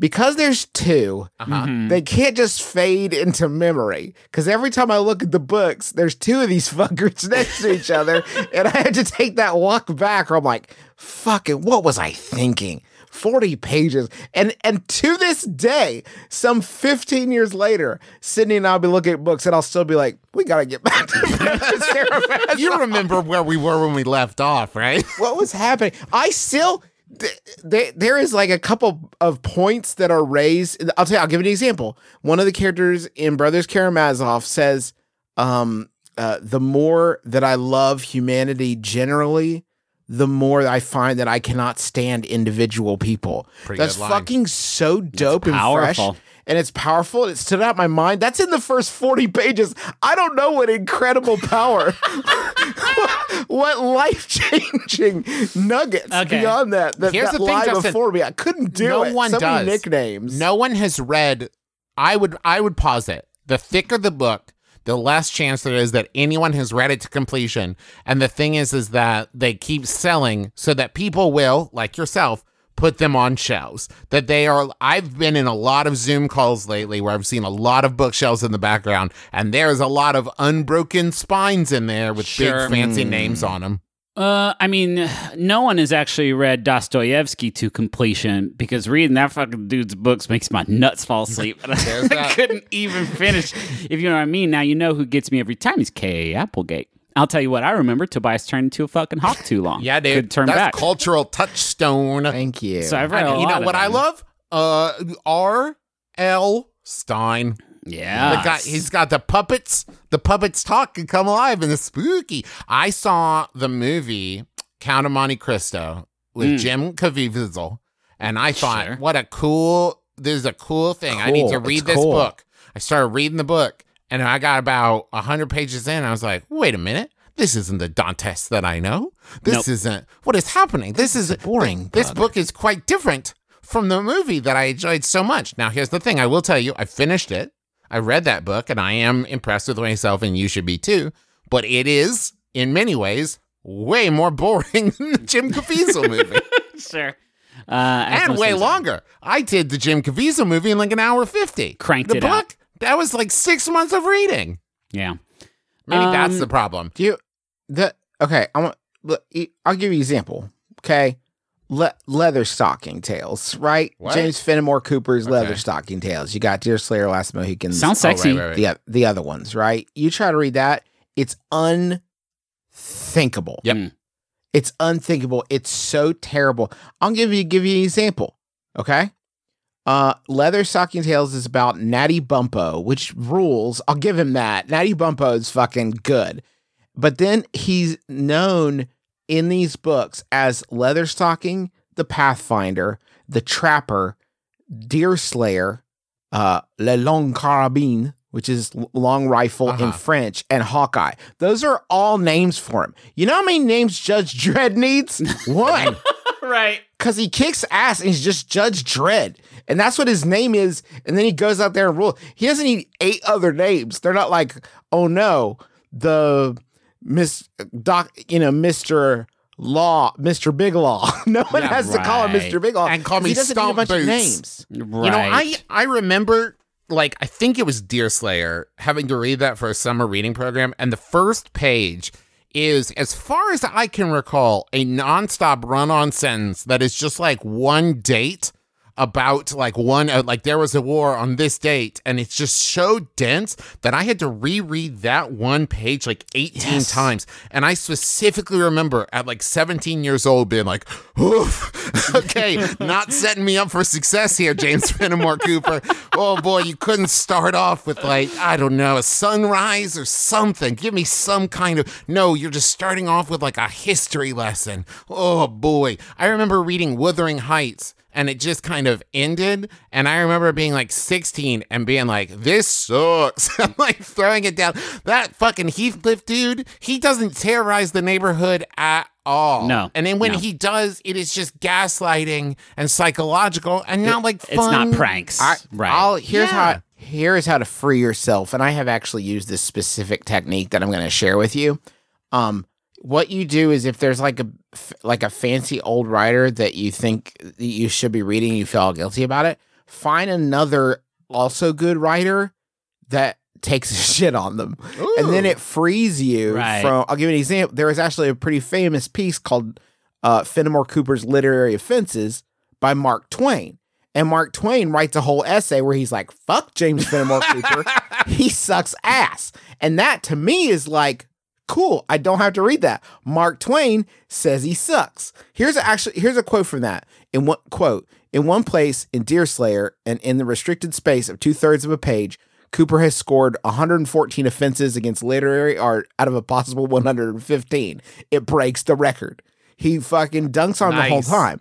S2: because there's 2
S3: Uh-huh.
S4: Mhm.
S2: they can't just fade into memory because every time i look at the books there's two of these fuckers next to each other and i had to take that walk back or i'm like fucking what was i thinking 40 pages and and to this day some 15 years later sydney and i'll be looking at books and i'll still be like we gotta get back to Karamazov."
S3: You remember where we were when we left off, right?
S2: what was happening? I still th- th- there is like a couple of points that are raised. I'll tell you. I'll give you an example. One of the characters in Brothers Karamazov says, um, uh, "The more that I love humanity generally, the more I find that I cannot stand individual people."
S3: Pretty
S2: That's
S3: good line.
S2: fucking so dope and
S4: powerful.
S2: fresh. And it's powerful. and It stood out in my mind. That's in the first 40 pages. I don't know what incredible power, what, life changing nuggets
S4: Okay.
S2: beyond that that,
S3: Here's
S2: that
S3: the thing,
S2: lie
S3: Justin.
S2: before me. I couldn't do
S3: No
S2: it.
S3: one
S2: so many
S3: does.
S2: nicknames.
S3: No one has read. I would I would posit the thicker the book, the less chance there is that anyone has read it to completion. And the thing is, is that they keep selling so that people will, like yourself, put them on shelves. That they are. I've been in a lot of Zoom calls lately where I've seen a lot of bookshelves in the background, and there is a lot of unbroken spines in there with
S4: Sure.
S3: big fancy names on them.
S4: Uh, I mean, no one has actually read Dostoevsky to completion because reading that fucking dude's books makes my nuts fall asleep. And I,
S3: that.
S4: couldn't even finish. If you know what I mean, now you know who gets me every time is K.A. Applegate. I'll tell you what I remember. Tobias turned into a fucking hawk too long.
S3: Yeah, dude.
S4: Could turn
S3: That's
S4: back.
S3: cultural touchstone.
S2: Thank you.
S4: So I've read a
S3: I- you
S4: lot
S3: know
S4: of
S3: what I
S4: them.
S3: love? Uh, R. L. Stein.
S4: Yeah.
S3: The guy, he's got the puppets. The puppets talk and come alive, and it's spooky. I saw the movie Count of Monte Cristo with
S4: Mm.
S3: Jim Caviezel, and I thought,
S4: Sure.
S3: what a cool. There's a cool thing. I need to
S2: Cool.
S3: read
S2: It's
S3: this
S2: cool.
S3: book. I started reading the book, and I got about hundred pages in. I was like, wait a minute. This isn't the Dantes that I know. This
S4: Nope.
S3: isn't what is happening. This is
S2: boring
S3: This
S2: book.
S3: book is quite different from the movie that I enjoyed so much. Now, here's the thing I will tell you, I finished it. I read that book and I am impressed with myself, and you should be too. But it is, in many ways, way more boring than the Jim Caviezel movie
S4: sure. Uh, as
S3: and
S4: most
S3: way
S4: things-
S3: longer. I did the Jim Caviezel movie in like an hour 50.
S4: Cranked
S3: the
S4: it
S3: book,
S4: out.
S3: that was like six months of reading.
S4: Yeah.
S3: Maybe that's
S4: Um,
S3: the problem. Oh,
S2: Do you the okay? I want. look, e- I'll give you an example. Okay, Le- leather stocking tales, right?
S3: What?
S2: James Fenimore Cooper's leather
S3: Okay.
S2: stocking tales. You got Deerslayer, Last Mohican.
S4: Sounds
S3: Oh, right,
S4: sexy.
S3: right, right.
S2: the the other ones, right? You try to read that, it's unthinkable.
S3: Yep.
S4: Mm.
S2: It's unthinkable. It's so terrible. I'll give you give you an example. Okay. Uh, Leather Stocking Tales is about Natty Bumpo, which rules. I'll give him that. Natty Bumpo is fucking good. But then he's known in these books as Leather Stocking, the Pathfinder, the Trapper, Deerslayer, uh, Le Long Carabine, which is l- long rifle in
S3: Uh-huh.
S2: French, and Hawkeye. Those are all names for him. You know how many names Judge Dredd needs? One.
S4: Right.
S2: Cause he kicks ass and he's just Judge Dredd. And that's what his name is. And then he goes out there and rules. He doesn't need eight other names. They're not like, oh no, the Miss Doc, you know, Mr. Law, Mr. Big Law. No one
S4: Yeah,
S2: has to call him
S4: right.
S2: Mr. Big Law.
S3: And call
S2: 'cause
S3: me
S2: he doesn't need a
S3: Stomp
S2: bunch of
S3: Boots.
S2: names.
S4: Right.
S3: You know, I I remember like I think it was Deerslayer having to read that for a summer reading program, and the first page is, as far as I can recall, a nonstop run-on sentence that is just like one date about like one uh, like there was a war on this date and it's just so dense that i had to reread that one page like 18 times and i specifically remember at like 17 years old being like Oof, okay not setting me up for success here james fenimore cooper oh boy you couldn't start off with like i don't know a sunrise or something give me some kind of no you're just starting off with like a history lesson oh boy i remember reading wuthering heights and it just kind of ended. And I remember being like 16 and being like, this sucks. I'm like throwing it down. That fucking Heathcliff dude, he doesn't terrorize the neighborhood at all.
S4: No,
S3: And then when
S4: no.
S3: he does, it is just gaslighting and psychological and not like fun.
S4: it's not pranks.
S2: I,
S4: right.
S2: I'll, here's
S3: Yeah.
S2: how here's how to free yourself. And I have actually used this specific technique that I'm going to share with you. Um, what you do is if there's like a f- like a fancy old writer that you think that you should be reading, you feel guilty about it. Find another also good writer that takes a shit on them, and then
S3: Ooh.
S2: it frees you
S4: Right.
S2: from. I'll give you an example. There is actually a pretty famous piece called uh, "Fenimore Cooper's Literary Offenses" by Mark Twain. And Mark Twain writes a whole essay where he's like, fuck James Fenimore Cooper. he sucks ass. And that to me is like, cool. I don't have to read that. Mark Twain says he sucks. Here's a, actually here's a quote from that. In one quote, in one place in Deerslayer and in the restricted space of two thirds of a page, Cooper has scored 114 offenses against literary art out of a possible 115. It breaks the record. He fucking dunks on the whole
S3: Nice.
S2: time.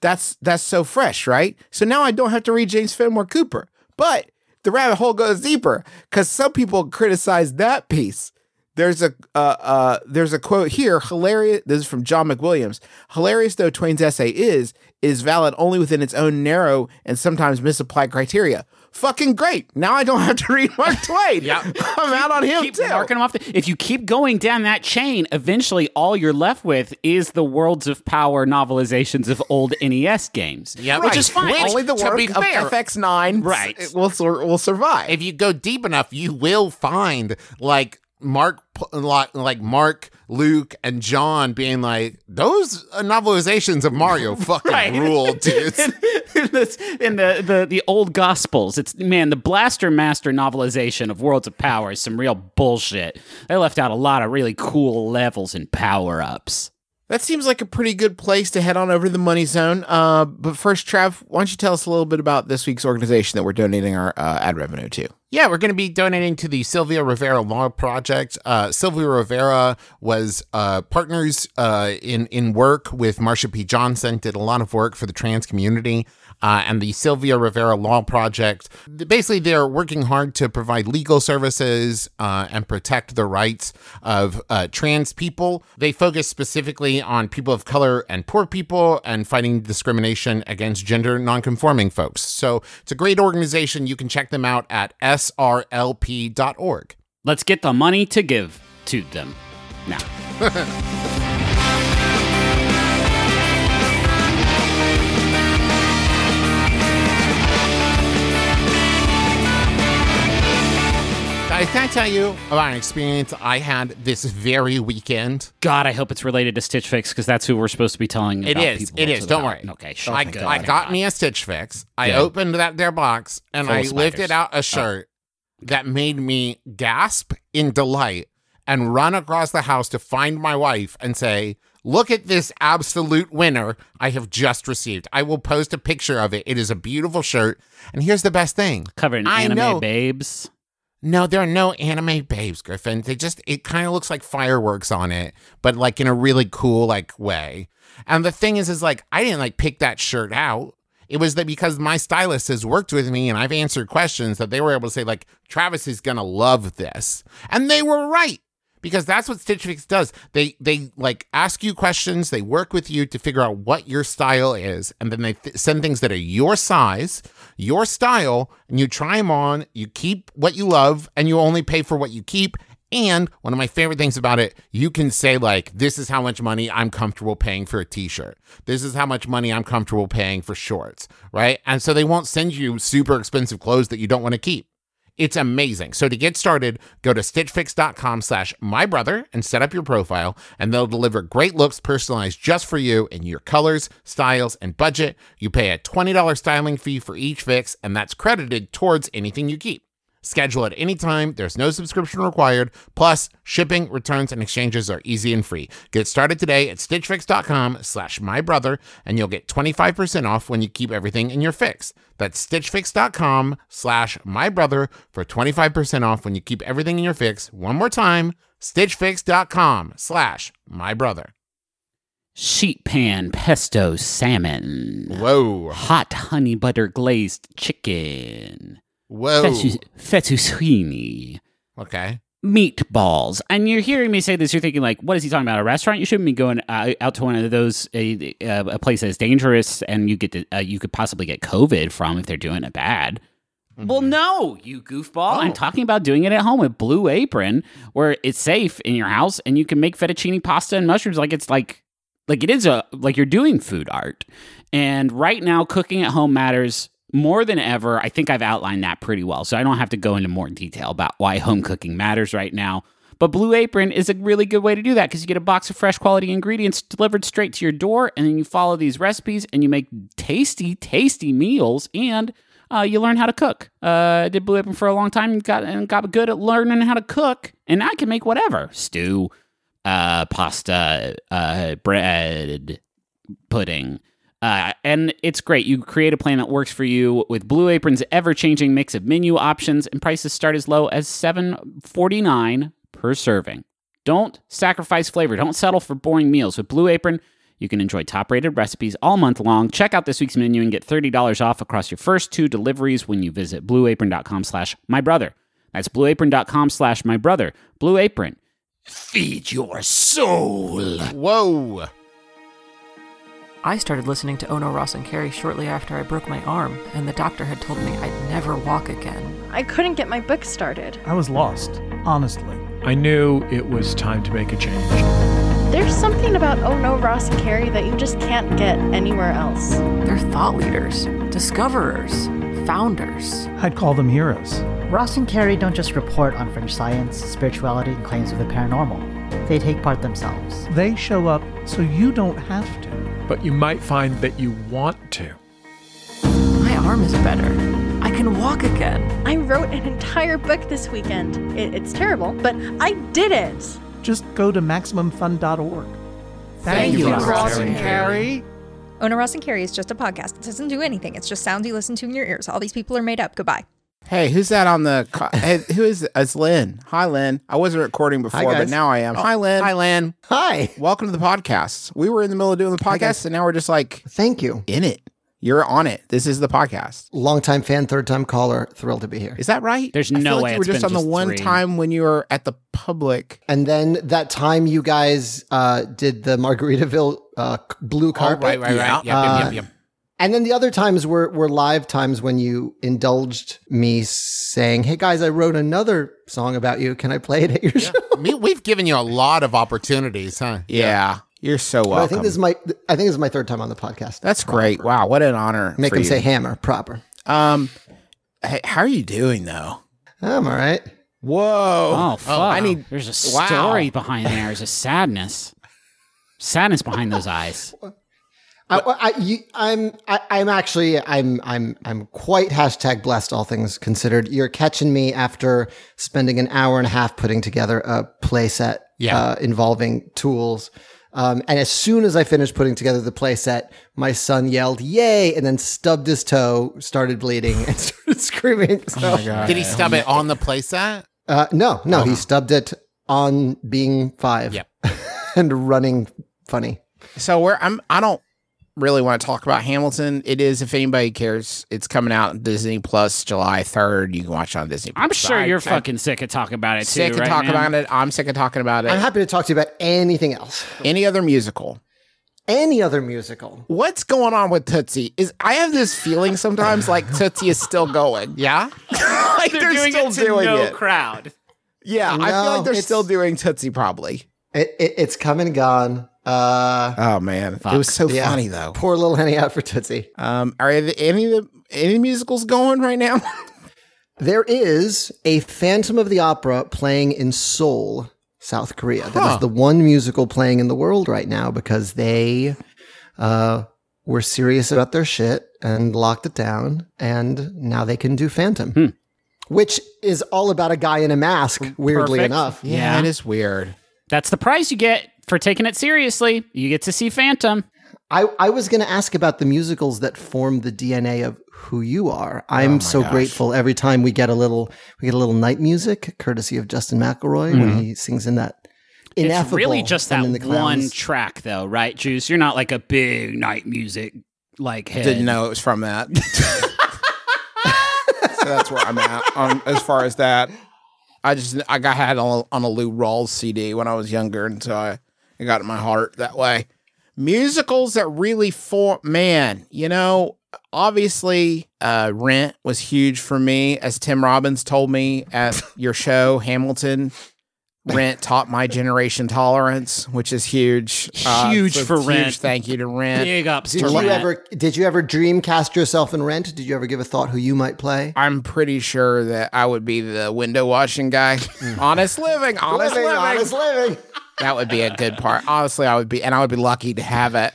S2: That's that's so fresh, right? So now I don't have to read James Fenimore Cooper. But the rabbit hole goes deeper because some people criticize that piece. There's a uh, uh, there's a quote here hilarious. This is from John McWilliams. Hilarious though Twain's essay is is valid only within its own narrow and sometimes misapplied criteria. Fucking great! Now I don't have to read Mark Twain.
S3: Yeah.
S2: I'm out on him
S4: keep
S2: too.
S4: marking 'em off. The, if you keep going down that chain, eventually all you're left with is the Worlds of Power novelizations of old NES games.
S3: Yeah,
S4: which
S3: right.
S4: is fine.
S3: Which-
S2: Only the
S3: to
S2: work
S3: be
S2: of
S3: fair-
S2: FX9
S4: Right.
S2: will sur- will survive.
S3: if you go deep enough, you will find like Mark, like like Mark, Luke, and John being like those novelizations of Mario fucking
S4: Right.
S3: rule, dudes.
S4: in this- in the, the, the old gospels it's man the blaster master novelization of worlds of power is some real bullshit they left out a lot of really cool levels and power-ups
S2: That seems like a pretty good place to head on over to the money zone. Uh, but first, Trav, why don't you tell us a little bit about this week's organization that we're donating our uh, ad revenue to?
S3: Yeah, we're going to be donating to the Sylvia Rivera Law Project. Uh, Sylvia Rivera was uh, partners uh, in in work with Marsha P. Johnson. Did a lot of work for the trans community uh, and the Sylvia Rivera Law Project. Basically, they're working hard to provide legal services uh, and protect the rights of uh, trans people. They focus specifically on people of color and poor people and fighting discrimination against gender nonconforming folks. So it's a great organization. You can check them out at srlp.org.
S4: let's get the money to give to them now
S3: I can tell you about an experience I had this very weekend.
S4: god i hope it's related to stitch fix because that's who we're supposed to be telling
S3: It
S4: about
S3: is.
S4: people
S3: It
S4: to
S3: is.
S4: the
S3: Don't
S4: mountain.
S3: worry. Oh,
S4: okay sure
S3: I,
S4: Thank
S3: I
S4: God.
S3: got me a Stitch Fix. I opened that their box and
S4: Full
S3: I
S4: of spiders. Oh.
S3: lifted out a shirt that made me gasp in delight and run across the house to find my wife and say, Look at this absolute winner I have just received. I will post a picture of it. It is a beautiful shirt. And here's the best thing
S4: covered in
S3: I
S4: anime
S3: know-
S4: babes
S3: no, there are no anime babes, Griffin. They just, it kind of looks like fireworks on it, but like in a really cool, like, way. And the thing is, is like, I didn't like pick that shirt out. It was that because my stylist has worked with me and I've answered questions that they were able to say, like, Travis is going to love this. And they were right because that's what Stitch Fix does. They they like ask you questions, they work with you to figure out what your style is, and then they th- send things that are your size, your style, and you try them on. You keep what you love, and you only pay for what you keep. And one of my favorite things about it, you can say, like, this is how much money I'm comfortable paying for a t shirt. This is how much money I'm comfortable paying for shorts, right? And so they won't send you super expensive clothes that you don't want to keep. It's amazing. So to get started, go to stitchfix.com slash my brother and set up your profile, and they'll deliver great looks personalized just for you in your colors, styles, and budget. You pay a $20 styling fee for each fix, and that's credited towards anything you keep. Schedule at any time. There's no subscription required. Plus, shipping, returns, and exchanges are easy and free. Get started today at stitchfix.com slash mybrother, and you'll get 25% off when you keep everything in your fix. That's stitchfix.com slash mybrother for 25% off when you keep everything in your fix. One more time, stitchfix.com slash mybrother.
S4: Sheet pan pesto salmon.
S3: Whoa.
S4: Hot honey butter glazed chicken.
S3: Whoa.
S4: Fettu- Fettuccine.
S3: Okay.
S4: meatballs. And you're hearing me say this, you're thinking like, what is he talking about? A restaurant? You shouldn't be going uh, out to one of those uh, uh, a place that's dangerous, and you get to, uh, you could possibly get COVID from if they're doing it bad.
S3: Mm-hmm.
S4: Well, no, you goofball.
S3: Oh.
S4: I'm talking about doing it at home with Blue Apron, where it's safe in your house, and you can make fettuccine pasta and mushrooms like it's like like it is a like you're doing food art. And right now, cooking at home matters more than ever. I think I've outlined that pretty well, so I don't have to go into more detail about why home cooking matters right now. But Blue Apron is a really good way to do that because you get a box of fresh quality ingredients delivered straight to your door, and then you follow these recipes and you make tasty, tasty meals, and uh, you learn how to cook. Uh, I did Blue Apron for a long time and got, and got good at learning how to cook, and I can make whatever stew, uh, pasta, uh, bread, pudding. Uh, and it's great. You create a plan that works for you with Blue Apron's ever-changing mix of menu options, and prices start as low as seven forty-nine per serving. Don't sacrifice flavor. Don't settle for boring meals. With Blue Apron, you can enjoy top-rated recipes all month long. Check out this week's menu and get thirty dollars off across your first two deliveries when you visit blueapron.com/mybrother. That's blueapron.com/mybrother. Blue Apron, feed your soul.
S3: Whoa.
S6: I started listening to Ono Ross and Carrie shortly after I broke my arm, and the doctor had told me I'd never walk again.
S7: I couldn't get my book started.
S8: I was lost, honestly. I knew it was time to make a change.
S7: There's something about Oh No Ross and Carrie that you just can't get anywhere else.
S6: They're thought leaders, discoverers, founders.
S8: I'd call them heroes.
S9: Ross and Carey don't just report on fringe science, spirituality, and claims of the paranormal. They take part themselves.
S8: They show up so you don't have to. But you might find that you want to.
S6: My arm is better. I can walk again.
S7: I wrote an entire book this weekend. It, it's terrible, but I did it.
S8: Just go to MaximumFun.org.
S3: Thank
S6: you, Ross
S3: and
S2: Carrie.
S10: Ona Ross and Carrie is just a podcast. It doesn't do anything. It's just sounds you listen to in your ears. All these people are made up. Goodbye.
S2: Hey, who's that on the? Co- hey, who is? It's Lynn. Hi, Lynn. I wasn't recording before, but
S3: guys. Oh,
S2: now I am. Hi, Lynn.
S3: Hi, Lan. Hi.
S2: Welcome to the podcast. We were in the middle of doing the podcast, and now we're just like
S11: Thank you.
S2: in it. You're on it. This is the podcast.
S11: Longtime fan, third time caller. Thrilled to be here.
S2: Is that right?
S4: There's
S2: I
S4: no
S2: feel like
S4: way
S2: you were
S4: it's
S2: just
S4: been
S2: on
S4: just
S2: the one
S4: three.
S2: time when you were at the public.
S11: And then that time you guys uh, did the Margaritaville uh, c- blue
S3: Oh,
S11: carpet.
S3: right, right, right. Yep, yep, yep, yep.
S11: And then the other times were, were live times when you indulged me saying, Hey guys, I wrote another song about you. Can I play it at your show?
S3: Me- We've given you a lot of opportunities, huh?
S2: Yeah, you're so welcome.
S11: But I think this is my I think this is my third time on the podcast.
S2: That's great. Wow, what an honor.
S11: Make
S2: for
S11: them
S2: you.
S11: say hammer proper.
S2: Um, hey, how are you doing though?
S11: I'm all right.
S2: Whoa.
S4: Oh, fuck.
S2: I need.
S4: There's a
S2: Wow.
S4: story behind there. There's a sadness. Sadness behind those eyes.
S11: I, I, you, I'm, I, I'm actually, I'm, I'm, I'm quite hashtag blessed. All things considered, you're catching me after spending an hour and a half putting together a playset
S3: Yeah.
S11: uh, involving tools. Um, and as soon as I finished putting together the playset, my son yelled "Yay!" and then stubbed his toe, started bleeding, and started screaming. So,
S3: Did he stub it on the playset?
S11: uh, no, no, he stubbed it on being five
S3: Yep.
S11: and running funny.
S2: So where I'm, I don't really want to talk about Hamilton. It is, if anybody cares, it's coming out on Disney Plus July third. You can watch it on Disney.
S4: I'm
S2: Plus.
S4: sure
S2: I-
S4: you're
S2: I'm
S4: fucking sick of talking about it,
S2: sick
S4: too.
S2: of
S4: right,
S2: talking
S4: man?
S2: about it. I'm sick of talking about it.
S11: I'm happy to talk to you about anything else,
S2: Any other musical?
S11: any other musical.
S2: What's going on with Tootsie? Is I have this feeling sometimes like Tootsie is still going.
S3: Yeah.
S2: like
S4: They're,
S2: they're,
S4: doing
S2: still
S4: it to
S2: doing
S4: no
S2: it.
S4: crowd.
S2: Yeah, I feel like
S11: No,
S2: they're
S11: it's-
S2: still doing Tootsie probably.
S11: It, it it's come and gone. Uh,
S2: oh man, it was so
S11: Yeah.
S2: funny though.
S11: Poor little Henny out for Tootsie.
S2: Um, are the- any of the any musicals going right now?
S11: There is a Phantom of the Opera playing in Seoul, South Korea. That
S2: Huh.
S11: is the one musical playing in the world right now because they uh, were serious about their shit and locked it down, and now they can do Phantom,
S2: Hmm.
S11: which is all about a guy in a mask. Weirdly
S4: Perfect.
S11: enough,
S4: Yeah, Yeah. it
S2: is weird.
S4: That's the price you get for taking it seriously. You get to see Phantom.
S11: I, I was going to ask about the musicals that form the DNA of who you are. I'm
S2: Oh
S4: my
S11: so
S4: gosh.
S11: grateful every time we get a little we get a little night music, courtesy of Justin
S4: Mhm.
S11: McElroy
S2: Mm-hmm.
S11: when he sings in that
S4: It's
S11: ineffable.
S4: really just
S11: and
S4: that
S11: in
S4: one
S11: Clowns.
S4: track, though, right, Juice? You're not like a big night music like head.
S2: Didn't know it was from that. so that's where I'm at on as far as that. I just I got had on, on a Lou Rawls CD when I was younger, and so I it got in my heart that way. Musicals that really form man, you know, obviously uh, Rent was huge for me, as Tim Robbins told me at your show Hamilton. Rent taught my generation tolerance, which is huge.
S11: Huge for Rent.
S2: Thank you to Rent.
S11: Did you ever did you ever dream cast yourself in Rent? Did you ever give a thought who you might play?
S2: I'm pretty sure that I would be the window washing guy. honest living, honest living,
S11: Living, honest living.
S2: That would be a good part. Honestly, I would be, and I would be lucky to have it.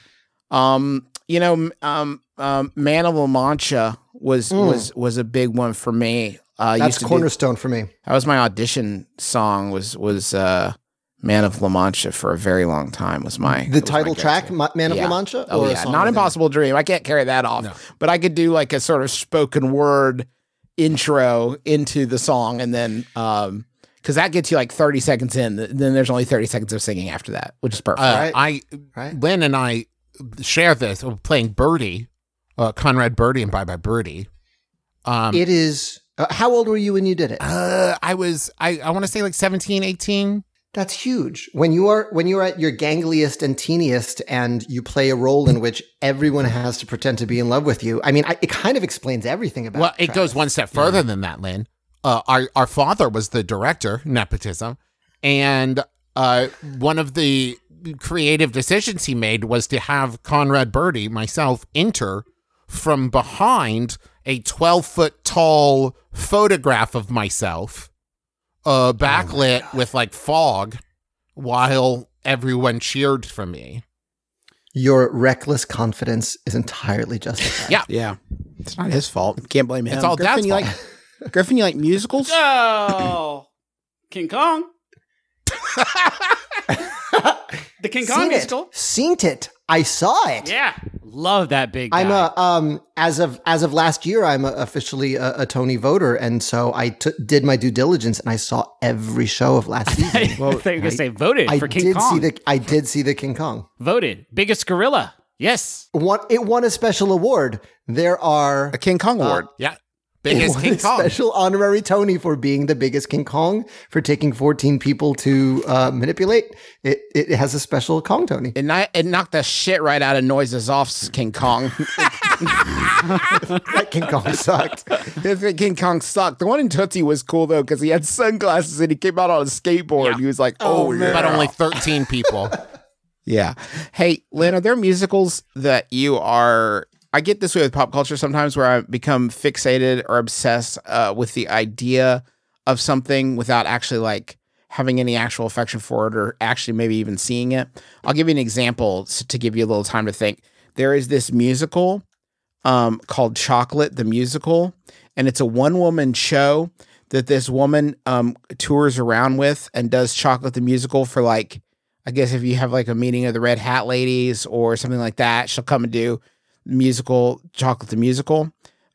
S2: Um, you know, m- um, um, Man of La Mancha was
S11: Mm.
S2: was was a big one for me. Uh,
S11: That's
S2: do-
S11: cornerstone for me.
S2: that was my audition song. Was was uh, Man of La Mancha for a very long time. Was my was my
S11: The title
S2: go-to.
S11: track, Ma- Man of
S2: Yeah.
S11: La Mancha?
S2: Oh
S11: or a
S2: yeah,
S11: song
S2: not
S11: within it?
S2: impossible dream. I can't carry that off, but I could do like a sort of spoken word intro into the song, and then um, because that gets you like thirty seconds in. th- Then there's only thirty seconds of singing after that, which is perfect.
S3: Uh, I Lynn and I share this of playing Birdie, uh, Conrad Birdie and Bye Bye Birdie. Um,
S11: It is. Uh, how old were you when you did it?
S3: Uh, I was. I, I want to say like 17, 18.
S11: That's huge. When you are when you're at your gangliest and teeniest, and you play a role in which everyone has to pretend to be in love with you. I mean, I, it kind of explains everything about.
S3: Well, it
S11: Travis.
S3: goes one step further than that, Lynn. Uh, our our father was the director, nepotism, and uh, one of the creative decisions he made was to have Conrad Birdie, myself, enter from behind a twelve foot tall photograph of myself,
S11: Oh
S3: uh, backlit with like fog, while everyone cheered for me.
S11: Your reckless confidence is entirely justified.
S3: Yeah,
S2: yeah. It's not his fault. Can't blame him.
S11: It's all
S2: Griffin,
S11: Dad's
S2: you Like, Griffin, you like musicals?
S4: Oh, King Kong. the King Kong
S11: Seen it.
S4: musical.
S11: Seen it. I saw it.
S4: Yeah, love that big. Guy.
S11: I'm a um as of as of last year I'm a, officially a, a Tony voter and so I t- did my due diligence and I saw every show of last season.
S4: I thought you were gonna say voted
S11: I
S4: for King
S11: did
S4: Kong.
S11: see the I did see the King Kong.
S4: voted biggest gorilla. Yes,
S11: Won, it won a special award. There are
S2: a King Kong award.
S3: yeah,
S11: it won a special honorary Tony for being the biggest King Kong for taking 14 people to uh, manipulate. It it has a special Kong Tony.
S2: And I, it knocked the shit right out of Noises Off's King Kong.
S11: that King Kong sucked.
S2: That King Kong sucked. The one in Tootsie was cool though because he had sunglasses and he came out on a skateboard. He was like, "Oh, yeah.
S3: but only thirteen people.
S2: Yeah. Hey, Lynn, are there musicals that you are? I get this way with pop culture sometimes where I become fixated or obsessed uh, with the idea of something without actually like having any actual affection for it or actually maybe even seeing it. I'll give you an example s- to give you a little time to think. There is this musical um, called Chocolate the Musical, and it's a one woman show that this woman um, tours around with and does Chocolate the Musical for like, I guess if you have like a meeting of the Red Hat Ladies or something like that, she'll come and do musical Chocolate the Musical.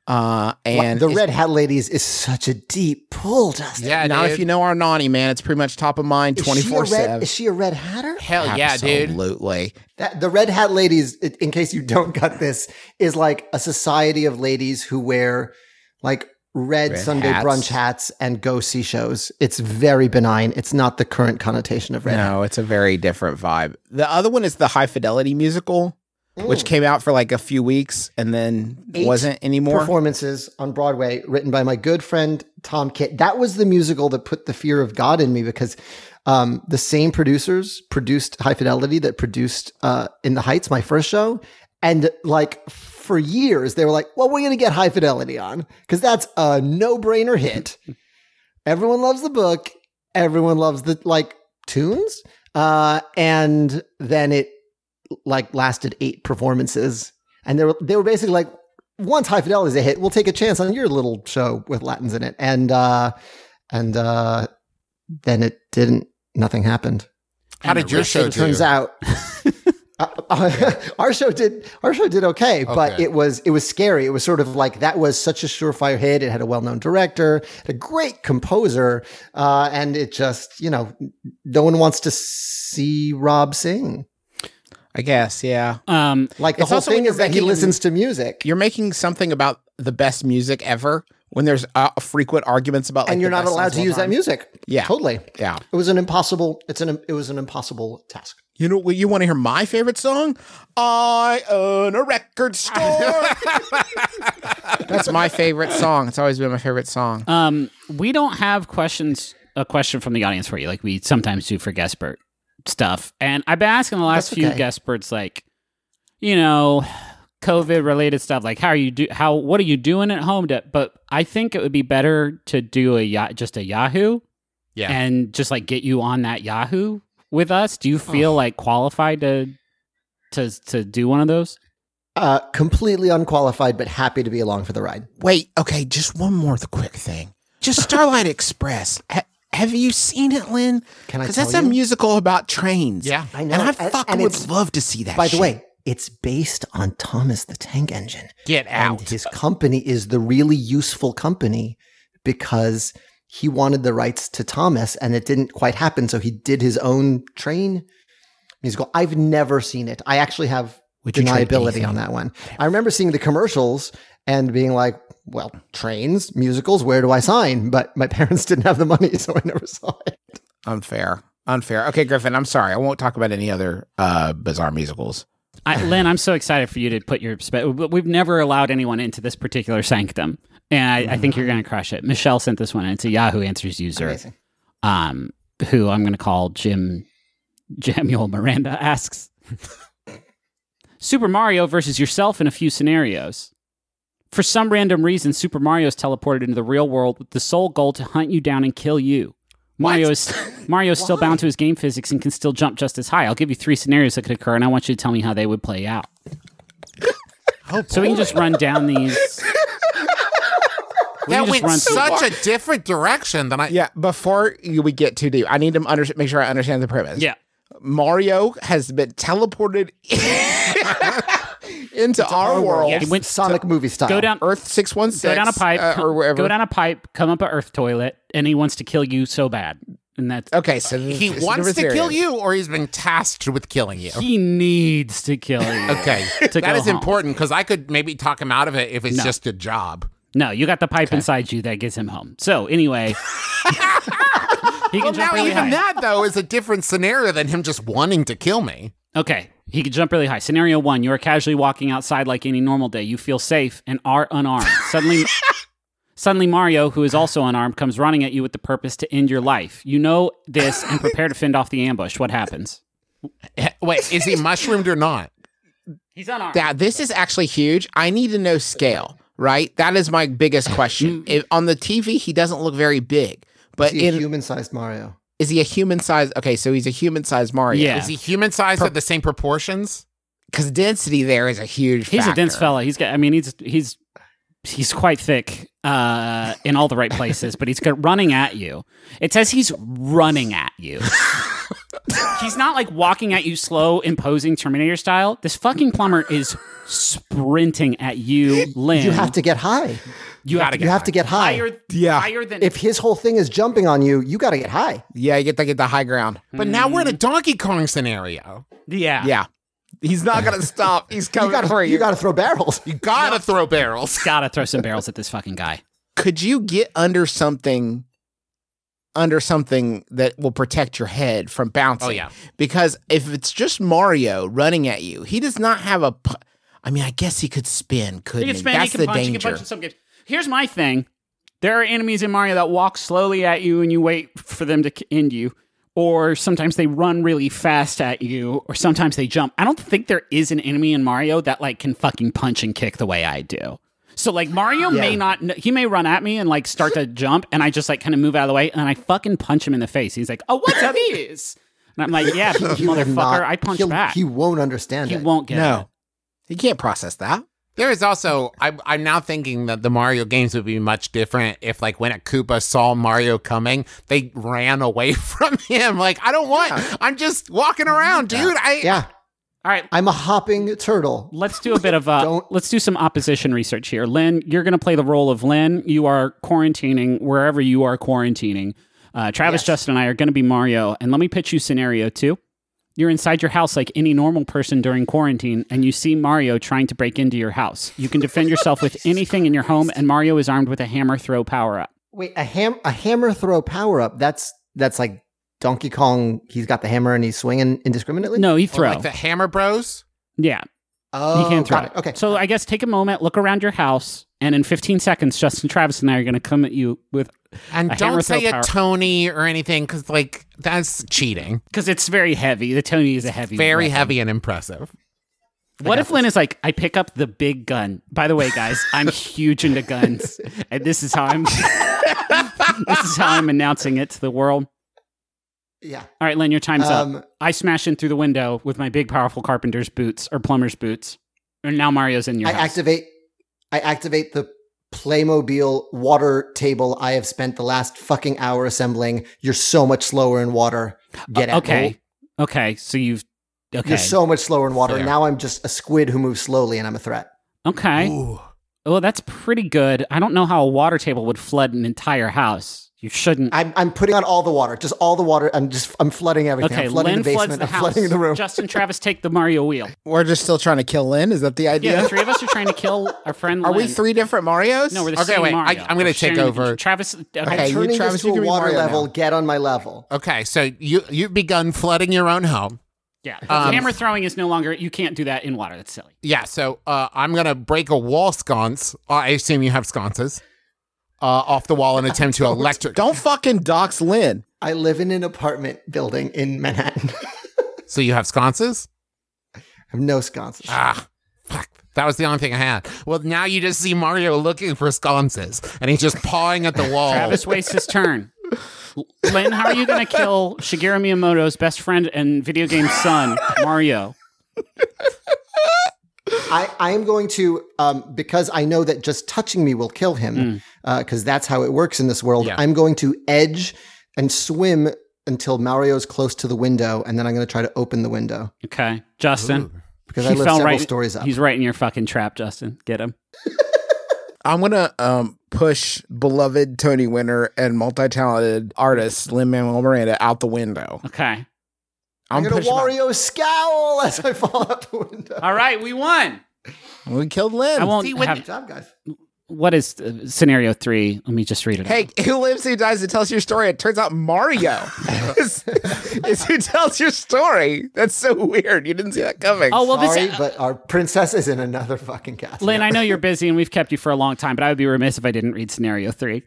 S2: Uh, and
S11: the
S2: it's-
S11: Red Hat Ladies is such a deep pull, Dustin.
S3: Yeah,
S2: now
S3: dude.
S2: if you know our Nani man, it's pretty much top of mind
S11: Is she a
S2: twenty
S11: red-
S2: four seven.
S11: Is she a red hatter?
S3: Hell yeah, dude.
S2: Absolutely.
S11: That, the Red Hat Ladies, i- in case you don't got this, is like a society of ladies who wear like red,
S2: Red
S11: Sunday
S2: hats.
S11: brunch hats and go see shows. It's very benign. It's not the current connotation of red. hat.
S2: No, it's a very different vibe. The other one is the High Fidelity musical, which
S11: Mm.
S2: came out for like a few weeks and then
S11: Eight
S2: wasn't anymore.
S11: Performances on Broadway written by my good friend Tom Kitt. That was the musical that put the fear of God in me because um, the same producers produced High Fidelity that produced uh, In the Heights, my first show. And like for years, they were like, well, we're going to get High Fidelity on because that's a no brainer hit. everyone loves the book everyone loves the like tunes uh and then it like lasted eight performances and they were they were basically like once high fidelity is a hit we'll take a chance on your little show with latins in it and uh and uh then it didn't nothing happened
S3: How did your show
S11: it turns
S3: do?
S11: out uh, our show did our show did okay, but
S3: Okay.
S11: it was it was scary. It was sort of like that was such a surefire hit. It had a well known director, it had a great composer, uh, and it just you know no one wants to see Rob sing.
S2: I guess, yeah.
S4: Um,
S11: like the whole thing is that he listens to music.
S2: You're making something about the best music ever when there's uh, frequent arguments about, like,
S11: and
S2: the
S11: you're not
S2: best songs
S11: allowed
S2: of
S11: to
S2: all
S11: use that
S2: time.
S11: music.
S2: Yeah.
S11: totally.
S2: Yeah.
S11: It was an impossible. It's an it was an impossible task.
S2: You know, you want to hear my favorite song? I own a record store. That's my favorite song. It's always been my favorite song.
S4: Um, we don't have questions. A question from the audience for you, like we sometimes do for Guestbert stuff. And I've been asking the last
S5: That's
S4: few
S5: okay.
S4: Guestberts, like, you know, COVID related stuff. Like, how are you do? How what are you doing at home? To, but I think it would be better to do a Ya- just a Yahoo,
S3: Yeah.
S4: and just like get you on that Yahoo with us. Do you feel like qualified to to to do one of those?
S11: Uh, completely unqualified, but happy to be along for the ride.
S2: Wait, okay, just one more th- quick thing. Just Starlight Express. Ha- have you seen it, Lynn?
S11: Can I
S2: Because
S11: tell
S2: that's a
S11: you?
S2: musical about trains.
S11: Yeah. I know,
S2: And I
S11: and-
S2: fucking
S11: and
S2: would
S11: it's-
S2: love to see that.
S11: By
S2: shit.
S11: the way, it's based on Thomas the Tank Engine.
S2: Get
S11: out. his company is the really useful company because he wanted the rights to Thomas and it didn't quite happen. So he did his own train musical. I've never seen it. I actually have
S2: Would you trade
S11: deniability
S2: anything?
S11: on that one. I remember seeing the commercials and being like, well, trains, musicals, where do I sign? But my parents didn't have the money, so I never saw it.
S2: unfair, unfair. Okay, Griffin, I'm sorry. I won't talk about any other uh, bizarre musicals.
S4: I, Lynn, I'm so excited for you to put your. Spe- we've never allowed anyone into this particular sanctum, and I, I think you're going to crush it. Michelle sent this one, and it's a Yahoo Answers user,
S11: Amazing.
S4: um, who I'm going to call Jim Jamuel Miranda asks Super Mario versus yourself in a few scenarios. For some random reason, Super Mario is teleported into the real world with the sole goal to hunt you down and kill you. Mario is Mario is still bound to his game physics and can still jump just as high. I'll give you three scenarios that could occur, and I want you to tell me how they would play out. so we can just run down these. We
S3: that
S4: can just
S3: went
S4: run through-
S3: such a different direction than I.
S2: Yeah, before you- we get too deep, I need to under- make sure I understand the premise.
S4: Yeah.
S2: Mario has been teleported into, our, world.
S4: Yes. He went
S11: Sonic movie style.
S4: Go down
S2: Earth 616.
S4: go down a pipe,
S2: uh,
S4: co-
S2: or wherever.
S4: go down a pipe, come up a earth toilet, and he wants to kill you so bad. And that's
S2: okay. So
S3: He wants to kill you, or he's been tasked with killing you.
S4: He needs to kill you.
S3: Okay,
S4: to
S3: that
S4: go
S3: is
S4: home.
S3: important because I could maybe talk him out of it if it's
S4: No.
S3: just a job.
S4: No, you got the pipe inside you that gets him home. So anyway, he can
S3: Well,
S4: jump
S3: now
S4: really
S3: even
S4: high.
S3: that though is a different scenario than him just wanting to kill me.
S4: Okay, he could jump really high. Scenario one: You are casually walking outside like any normal day. You feel safe and are unarmed. Suddenly, suddenly Mario, who is also unarmed, comes running at you with the purpose to end your life. You know this and prepare to fend off the ambush. What happens?
S3: Wait, is he mushroomed or not?
S4: He's unarmed.
S2: Now, this is actually huge. I need to know scale, right? That is my biggest
S3: Mm.
S2: question. if, on the TV, he doesn't look very big, but
S11: He's a
S2: in,
S11: human-sized Mario.
S2: is he a human size? Okay, so he's a human size Mario.
S4: Yeah.
S3: Is he human sized at the same proportions?
S2: Because density there is a huge
S4: He's a dense
S2: factor.
S4: fella. He's got. I mean, he's he's he's quite thick uh, in all the right places, but he's got running at you. It says he's running at you. he's not like walking at you slow, imposing Terminator style. This fucking plumber is sprinting at you, Lynn.
S11: You have to get high.
S4: You have to
S11: You have to get high.
S4: higher.
S2: Yeah.
S4: Higher than
S11: If his whole thing is jumping on you, you got to get high.
S2: Yeah, you get to get the high ground.
S3: But now we're in a Donkey Kong scenario.
S4: yeah.
S2: Yeah. He's not going to stop. He's coming
S11: you gotta,
S2: for you.
S11: you gotta throw barrels.
S3: You gotta throw barrels.
S4: Gotta throw some barrels at this fucking guy.
S2: Could you get under something under something that will protect your head from bouncing.
S12: Oh, yeah.
S2: Because if it's just Mario running at you, he does not have a. pu- I mean, I guess he could spin, couldn't he?
S4: You can spin, you
S2: That's
S4: can
S2: the
S4: punch, you
S2: danger.
S4: can punch in some games. Here's my thing: there are enemies in Mario that walk slowly at you, and you wait for them to k- end you. Or sometimes they run really fast at you, or sometimes they jump. I don't think there is an enemy in Mario that like can fucking punch and kick the way I do. So like Mario may
S12: Yeah.
S4: not kn- he may run at me and like start to jump, and I just like kind of move out of the way, and I fucking punch him in the face. He's like, "Oh, what's up, these?" And I'm like, "Yeah,
S11: He will
S4: motherfucker,
S11: not-
S4: I punch
S11: he'll-
S4: back."
S11: He won't understand
S4: He
S11: it.
S4: won't get
S2: No. He can't process that.
S3: There is also, I, I'm now thinking that the Mario games would be much different if, like, when a Koopa saw Mario coming, they ran away from him. Like, I don't want, I'm just walking around, dude. I,
S11: yeah.
S4: All right.
S11: I'm a hopping turtle.
S4: Let's do a bit of uh, let's do some opposition research here. Lynn, you're going to play the role of Lynn. You are quarantining wherever you are quarantining. Uh, Travis, Justin, and I are going to be Mario. And let me pitch you scenario two. You're inside your house like any normal person during quarantine, and you see Mario trying to break into your house. You can defend yourself with anything in your home, and Mario is armed with a hammer throw power up.
S11: Wait, a ham a hammer throw power up. That's that's like Donkey Kong. He's got the hammer and he's swinging indiscriminately.
S4: No, he throw. like the
S3: Hammer Bros.
S4: Yeah.
S11: Oh,
S4: you can throw
S11: got it. Okay.
S4: So I guess take a moment, look around your house, and in 15 seconds, Justin, Travis, and I are going to come at you with
S3: And
S4: a hammer
S3: don't
S4: throw
S3: say a
S4: power-
S3: Tony or anything because, like, that's cheating.
S4: Because it's very heavy. The Tony is a heavy,
S3: very
S4: weapon.
S3: heavy and impressive.
S4: What if Lynn is like, I pick up the big gun? By the way, guys, I'm huge into guns, and this is how I'm. this is how I'm announcing it to the world.
S11: Yeah.
S4: All right, Lynn, your time's
S11: Um,
S4: up. I smash in through the window with my big, powerful carpenter's boots or plumber's boots, and now Mario's in your
S11: I
S4: house.
S11: activate I activate the Playmobil water table I have spent the last fucking hour assembling. You're so much slower in water. Get
S4: Uh,
S11: out.
S4: okay. Okay, so you've okay.
S11: You're so much slower in water.
S4: Fair.
S11: Now I'm just a squid who moves slowly and I'm a threat.
S4: Okay. Well, that's pretty good. I don't know how a water table would flood an entire house. You shouldn't.
S11: I'm, I'm putting on all the water, just all the water. I'm just I'm flooding everything.
S4: Okay,
S11: I'm flooding
S4: Lynn
S11: the
S4: floods
S11: basement.
S4: the
S11: I'm
S4: house.
S11: flooding the room.
S4: Justin, Travis, take the Mario wheel.
S2: We're just still trying to kill Lynn. Is that the idea?
S4: Yeah, the three of us are trying to kill our friend.
S2: Are we
S4: Lynn.
S2: three different Marios?
S4: No, we're the same Mario. We're sharing the- Travis. Okay,
S11: turning this
S2: Travis,
S11: to
S2: you
S11: a
S2: can be
S11: water
S2: Mario
S11: level.
S2: now.
S11: Get on my level.
S3: Okay, so you you've begun flooding your own home.
S4: Yeah,
S3: Um,
S4: hammer throwing is no longer. You can't do that in water. That's silly.
S3: Yeah, so uh, I'm gonna break a wall sconce. Uh, I assume you have sconces uh, off the wall and attempt to electric.
S2: Don't fucking dox Lynn.
S11: I live in an apartment building in Manhattan.
S3: So you have sconces?
S11: I have no sconces.
S3: Ah, fuck. That was the only thing I had. Well, now you just see Mario looking for sconces, and he's just pawing at the wall.
S4: Travis wastes his turn. Lynn, how are you going to kill Shigeru Miyamoto's best friend and video game son, Mario?
S11: I, I am going to um, because I know that just touching me will kill him
S4: Mm.
S11: because that's how it works in this world. I'm going to edge and swim until Mario's close to the window, and then I'm going to try to open the window.
S4: Okay, Justin.
S11: Because I live several stories up.
S4: He's right in your fucking trap, Justin. Get him.
S2: I'm gonna um, push beloved Tony Winter and multi-talented artist Lin Manuel Miranda out the window.
S4: Okay.
S11: I'm,
S2: I'm,
S11: going to
S2: pushing.
S11: Wario scowl as I fall out the window.
S4: All right, we won.
S2: we killed Lynn.
S4: I won't
S11: See,
S4: have-
S11: good job, guys.
S4: What is uh, scenario three? Let me just read it. out.
S2: Hey, who lives, who dies, who tells your story? It turns out Mario is, is who tells your story. That's so weird. You didn't see that coming.
S4: Oh, well, this-
S11: Sorry, but our princess is in another fucking castle.
S4: Lynn, I know you're busy and we've kept you for a long time, but I would be remiss if I didn't read scenario three.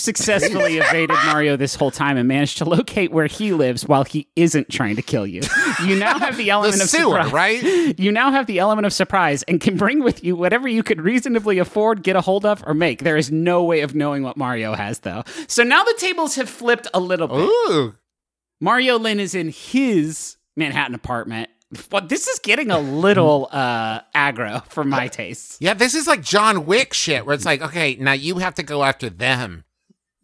S4: successfully evaded Mario this whole time and managed to locate where he lives while he isn't trying to kill you. You now have the element of
S3: sewer,
S4: surprise. Right? You now have the element of surprise and can bring with you whatever you could reasonably afford, get a hold of, or make. There is no way of knowing what Mario has, though. So now the tables have flipped a little bit.
S3: Ooh.
S4: Mario Lynn is in his Manhattan apartment. Well, this is getting a little uh aggro for my taste.
S3: Yeah, this is like John Wick shit, where it's like, okay, now you have to go after them.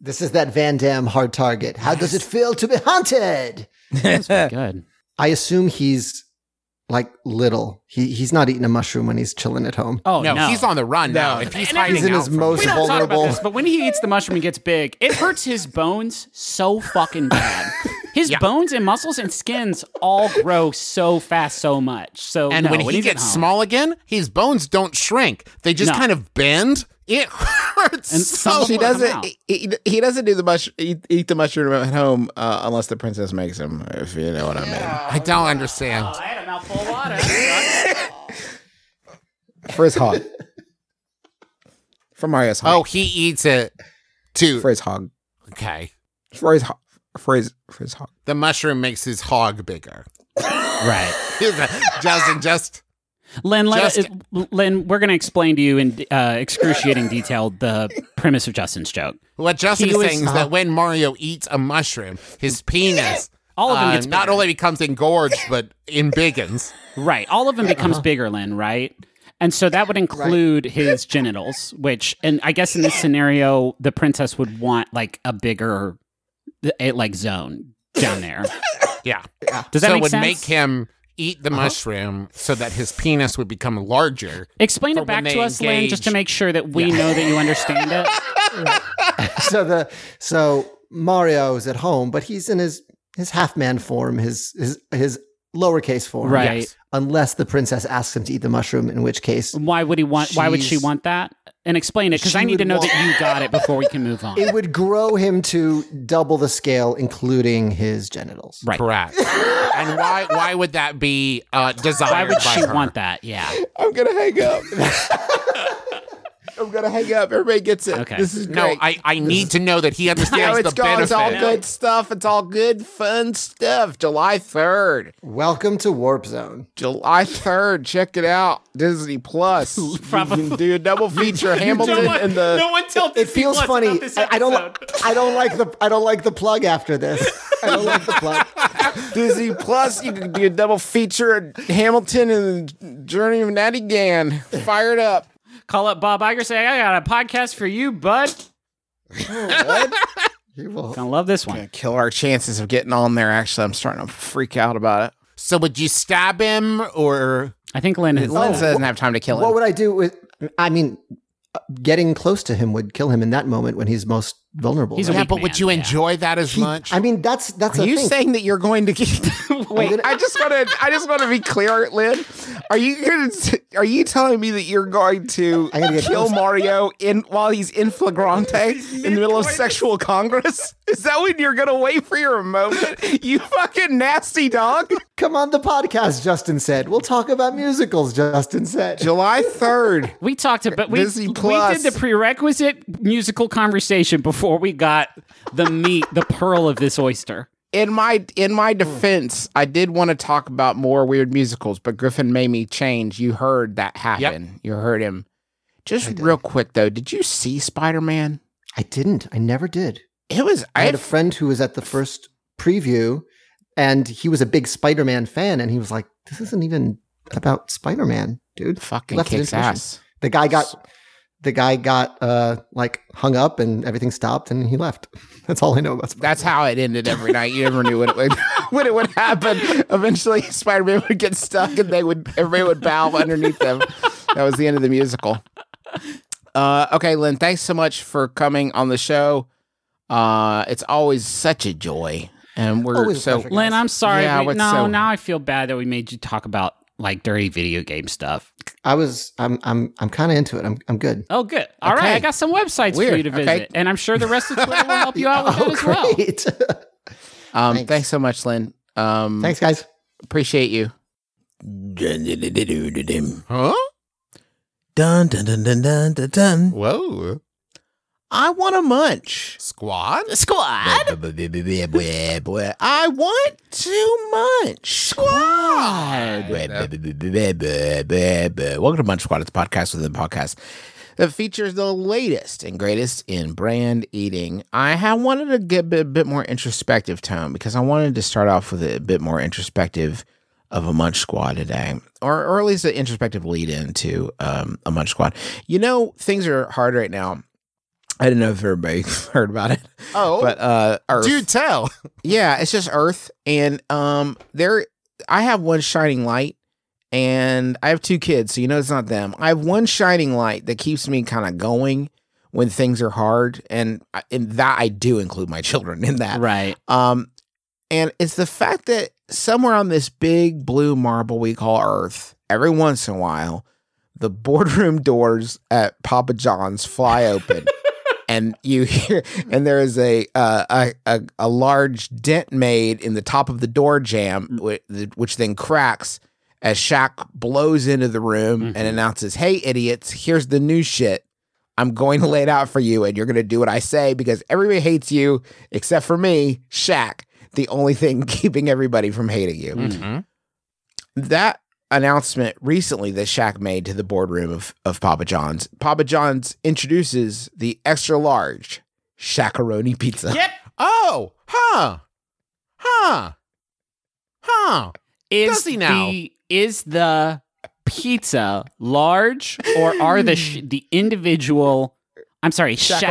S11: This is that Van Damme hard target. How does it feel to be hunted?
S4: good.
S11: I assume he's like little. He he's not eating a mushroom when he's chilling at home.
S4: Oh no,
S3: he's on the run now. If he's
S4: And
S3: hiding
S11: He's in
S3: out
S11: his
S3: from-
S11: most
S4: we don't talk about
S11: vulnerable.
S4: this, but when he eats the mushroom and gets big, it hurts his bones so fucking bad. His bones and muscles and skins all grow so fast, so much. So
S3: and
S4: no,
S3: when he
S4: he's at
S3: gets
S4: home-
S3: small again, his bones don't shrink; they just
S4: No.
S3: kind of bend It hurts. so
S2: he
S3: much.
S2: doesn't. He, he doesn't do the mush eat, eat the mushroom at home uh, unless the princess makes him. If you know what I mean. I
S3: don't understand.
S2: For his hog. For Mario's hog.
S3: Oh, he eats it too.
S2: For his hog.
S3: Okay.
S2: For his hog. For his for his hog.
S3: The mushroom makes his hog bigger.
S4: right.
S3: Justin, just
S4: Len, let,
S3: Just-
S4: uh, Len, we're going to explain to you in uh, excruciating detail the premise of Justin's joke.
S3: What Justin
S4: He
S3: is
S4: was-
S3: saying is that when Mario eats a mushroom, his penis
S4: All of them
S3: uh,
S4: gets
S3: not
S4: bigger.
S3: only becomes engorged but embiggens.
S4: Right. All of them becomes bigger, Len, right? And so that would include his genitals, which, and I guess in this scenario, the princess would want like a bigger, a, like zone down there.
S3: Yeah.
S4: Does
S3: so
S4: that make
S3: it would
S4: sense? Uh-huh.
S3: make him eat the mushroom so that his penis would become larger.
S4: Explain
S3: for
S4: it
S3: when
S4: back
S3: they
S4: to us, Len, just to
S3: engage-
S4: make sure that we know that you understand it.
S11: so the so Mario is at home, but he's in his his half man form, his his his lowercase form,
S4: Right. Yes.
S11: Unless the princess asks him to eat the mushroom, in which case
S4: Why would he want? Why would she
S11: She's-
S4: want that? And explain it because I
S11: She
S4: need to
S11: would
S4: know that
S11: want-
S4: you got it before we can move on.
S11: it would grow him to double the scale, including his genitals.
S4: Right.
S3: Correct. and why why would that be uh, desired?
S4: Why would
S3: by
S4: she
S3: her?
S4: want that? Yeah.
S2: I'm gonna hang up. I'm gonna hang up. Everybody gets it.
S3: Okay.
S2: This is
S3: no,
S2: great.
S3: I, I need to know that he
S2: No,
S3: understands
S2: it's
S3: the
S2: gone. It's all
S3: benefit.
S2: good stuff. It's all good, fun stuff. July 3rd.
S11: Welcome to Warp Zone.
S2: July 3rd. Check it out. Disney Plus. You can do a double feature. Hamilton and the.
S4: one tell
S11: It feels funny. I, I don't. I don't like the. I don't like the plug after this. I don't like the plug.
S2: Disney Plus, you can do a double feature of Hamilton and the Journey of Natty Gan. Fired up.
S4: Call up Bob Iger. Say, I got a podcast for you, bud. Gonna love this one.
S2: Kill our chances of getting on there. Actually, I'm starting to freak out about it.
S3: So would you stab him or
S4: I think Len has.
S2: Lynn doesn't have time to kill
S11: What
S2: him.
S11: would I do with? I mean, uh, getting close to him would kill him in that moment when he's most vulnerable.
S4: He's a
S11: right?
S4: weak
S3: but would
S4: man,
S3: you
S4: yeah.
S3: enjoy that as much?
S11: I mean, that's that's
S2: Are
S11: a
S2: you
S11: thing.
S2: saying that you're going to get? Wait, I just want to. I just want to be clear, Lynn. Are you going to? Are you telling me that you're going to
S11: I'm gonna get
S2: kill
S11: close.
S2: Mario in while he's in flagrante in the middle of sexual congress? Is that when you're going to wait for your moment? You fucking nasty dog!
S11: Come on the podcast, Justin said. We'll talk about musicals, Justin said.
S2: July third.
S4: We talked about we,
S2: Disney
S4: we
S2: Plus.
S4: did the prerequisite musical conversation before we got the meat, the pearl of this oyster.
S2: In my in
S11: Hmm.
S2: my defense, I did want to talk about more weird musicals, but Griffin made me change. You heard that happen. You heard him. Just real quick though, did you see Spider Man?
S11: I didn't. I never did.
S2: It was
S11: I
S2: I
S11: had a friend who was at the first preview, and he was a big Spider-Man fan, and he was like, "This isn't even about Spider-Man, dude."
S2: fucking
S11: Left it
S2: kicks
S11: information.
S2: ass.
S11: The guy got the guy got uh like hung up, and everything stopped, and he left. That's all I know about. Spider-Man.
S2: That's how it ended every night. You never knew when it would when it would happen. Eventually, Spider Man would get stuck, and they would everybody would bow underneath them. That was the end of the musical. Uh, okay, Lynn, thanks so much for coming on the show. Uh, it's always such a joy, and we're
S11: Always a
S2: so
S11: pleasure, guys.
S4: Len, I'm sorry.
S2: Yeah,
S4: we-
S2: what's
S4: no,
S2: so-
S4: now I feel bad that we made you talk about like dirty video game stuff.
S11: I was. I'm. I'm. I'm kind of into it. I'm. I'm good.
S4: Oh, good. All right,
S2: Okay.
S4: I got some websites for
S2: Weird.
S4: you to
S2: Okay. Oh,
S4: visit, and I'm sure the rest of Twitter will help you out with that as well.
S11: Oh, great.
S2: um, thanks.
S11: Thanks.
S2: so much, Lynn. Um,
S11: Thanks, guys.
S2: appreciate you.
S3: Huh?
S1: Dun dun dun dun dun dun dun.
S3: Whoa.
S2: I want a munch.
S3: Squad?
S2: Squad. I want to munch. Squad. Welcome to Munch Squad. It's a podcast within a podcast that features the latest and greatest in brand eating. I have wanted to get a bit, bit more introspective tone because I wanted to start off with a bit more introspective of a Munch Squad today, or, or at least an introspective lead into um, a Munch Squad. You know, things are hard right now. I don't know if everybody heard about it.
S3: Oh.
S2: but uh, Earth.
S3: Do tell.
S2: Yeah, it's just Earth, and um, there I have one shining light, and I have two kids, so you know it's not them. I have one shining light that keeps me kind of going when things are hard, and I- and that I do include my children in that.
S4: Right.
S2: Um, and it's the fact that somewhere on this big blue marble we call Earth, every once in a while, the boardroom doors at Papa John's fly open. And you hear, and there is a, uh, a a a large dent made in the top of the door jamb, whi- which then cracks as Shaq blows into the room and announces, "Hey, idiots! Here's the new shit. I'm going to lay it out for you, and you're going to do what I say because everybody hates you except for me, Shaq. The only thing keeping everybody from hating you."
S3: Mm-hmm.
S2: that announcement recently that Shaq made to the boardroom of, of Papa John's, Papa John's introduces the extra large Shaqaroni pizza.
S3: Yep. Oh, huh. Huh. Huh.
S4: Is
S3: Does he now?
S4: The, is the pizza large or are the sh- the individual? I'm sorry,
S2: Shaqaronis.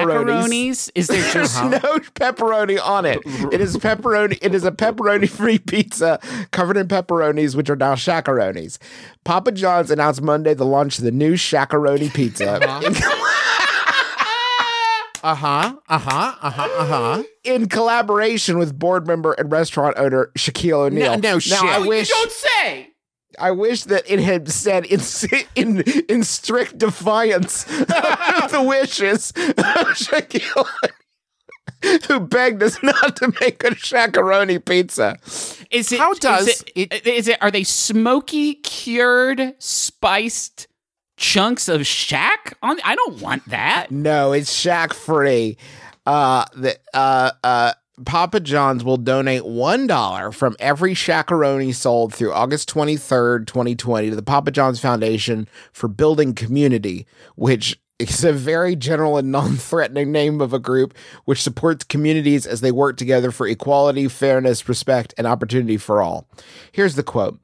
S4: chacaronis. Is there
S2: There's
S4: just
S2: no pepperoni on it. It is pepperoni. It is a pepperoni-free pizza covered in pepperonis, which are now shacaronis. Papa John's announced Monday the launch of the new shacaroni pizza,
S3: Uh-huh. Uh huh. Uh huh. Uh huh. Uh huh.
S2: in collaboration with board member and restaurant owner Shaquille O'Neal.
S3: No, no shit.
S2: Now, I wish
S4: say.
S2: I wish that it had said in in, in strict defiance of the wishes of Shaquille, O'Neal, who begged us not to make a shakaroni pizza.
S4: Is it?
S2: How
S4: is
S2: does
S4: it, Is it? Are they smoky, cured, spiced chunks of shack on? I don't want that.
S2: No, it's Shaq free. Uh, the uh, uh, Papa John's will donate one dollar from every shakaroni sold through August twenty third, twenty twenty, to the Papa John's Foundation for Building Community, which is a very general and non threatening name of a group which supports communities as they work together for equality, fairness, respect, and opportunity for all. Here's the quote.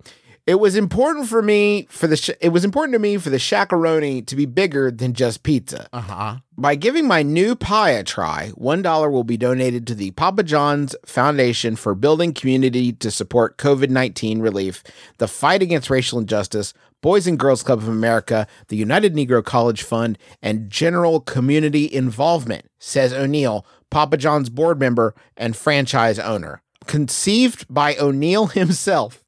S2: It was important for me for the sh- it was important to me for the shakaroni to be bigger than just pizza.
S3: Uh huh.
S2: By giving my new pie a try, $1 will be donated to the Papa John's Foundation for Building Community to support COVID 19 relief, the fight against racial injustice, Boys and Girls Club of America, the United Negro College Fund, and general community involvement, says O'Neill, Papa John's board member and franchise owner. Conceived by O'Neill himself,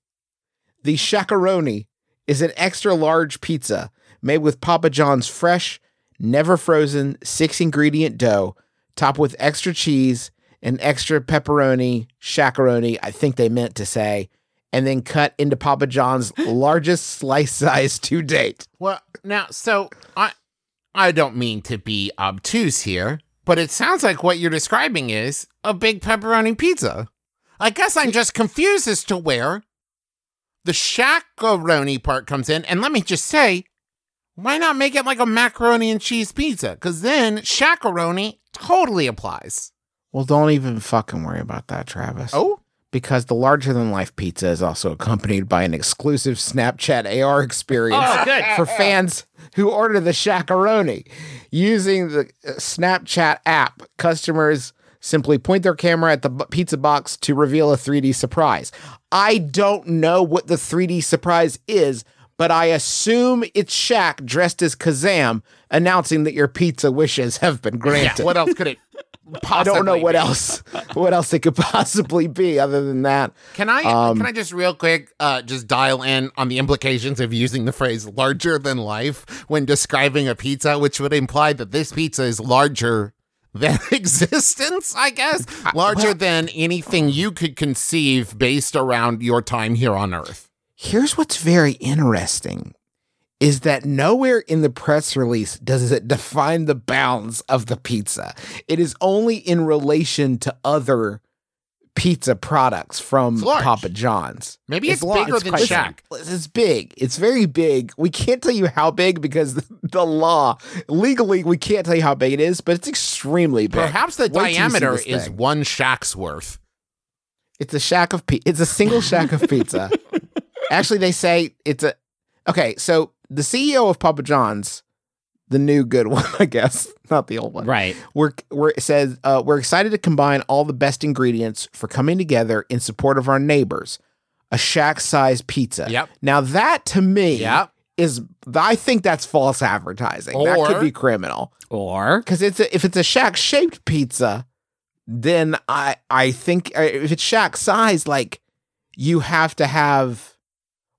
S2: the shakaroni is an extra large pizza made with Papa John's fresh, never frozen, six ingredient dough, topped with extra cheese and extra pepperoni, shakaroni, I think they meant to say, and then cut into Papa John's largest slice size to date.
S3: Well, now, so I, I don't mean to be obtuse here, but it sounds like what you're describing is a big pepperoni pizza. I guess I'm just confused as to where the shakaroni part comes in. And let me just say, why not make it like a macaroni and cheese pizza? Because then shakaroni totally applies.
S2: Well, don't even fucking worry about that, Travis.
S3: Oh,
S2: Because the larger than life pizza is also accompanied by an exclusive Snapchat AR experience
S4: Oh, good.
S2: for fans who order the shakaroni. Using the uh, Snapchat app, customers simply point their camera at the b- pizza box to reveal a 3D surprise. I don't know what the 3D surprise is, but I assume it's Shaq dressed as Kazam announcing that your pizza wishes have been
S3: yeah.
S2: granted.
S3: What else could it
S2: I
S3: possibly
S2: don't know what
S3: be?
S2: else what else it could possibly be other than that.
S3: Can I
S2: Um,
S3: can I just real quick uh, just dial in on the implications of using the phrase "larger than life" when describing a pizza, which would imply that this pizza is larger than existence, I guess, larger than anything you could conceive based around your time here on Earth.
S2: Here's what's very interesting is that nowhere in the press release does it define the bounds of the pizza. It is only in relation to other pizza products from
S3: It's large.
S2: Papa John's.
S3: Maybe it's,
S2: lar-
S3: bigger than
S4: quite
S3: Shaq.
S2: It's big. It's very big. We can't tell you how big because the law legally we can't tell you how big it is, but it's extremely big.
S3: Perhaps the
S2: Wait till you see
S3: diameter
S2: this
S3: is
S2: thing.
S3: one Shaq's worth.
S2: It's a shack of pizza. It's a single shack of pizza. Actually, they say it's a. Okay, so the CEO of Papa John's, the new good one, I guess, not the old one.
S4: Right.
S2: We're, we're it says uh, we're excited to combine all the best ingredients for coming together in support of our neighbors. A shack-sized pizza.
S3: Yep.
S2: Now that to me
S3: Yep.
S2: is I think that's false advertising. that
S3: Or-
S2: could be criminal
S4: Or
S2: because it's a, if it's a shack shaped pizza, then I I think uh, if it's shack size, like you have to have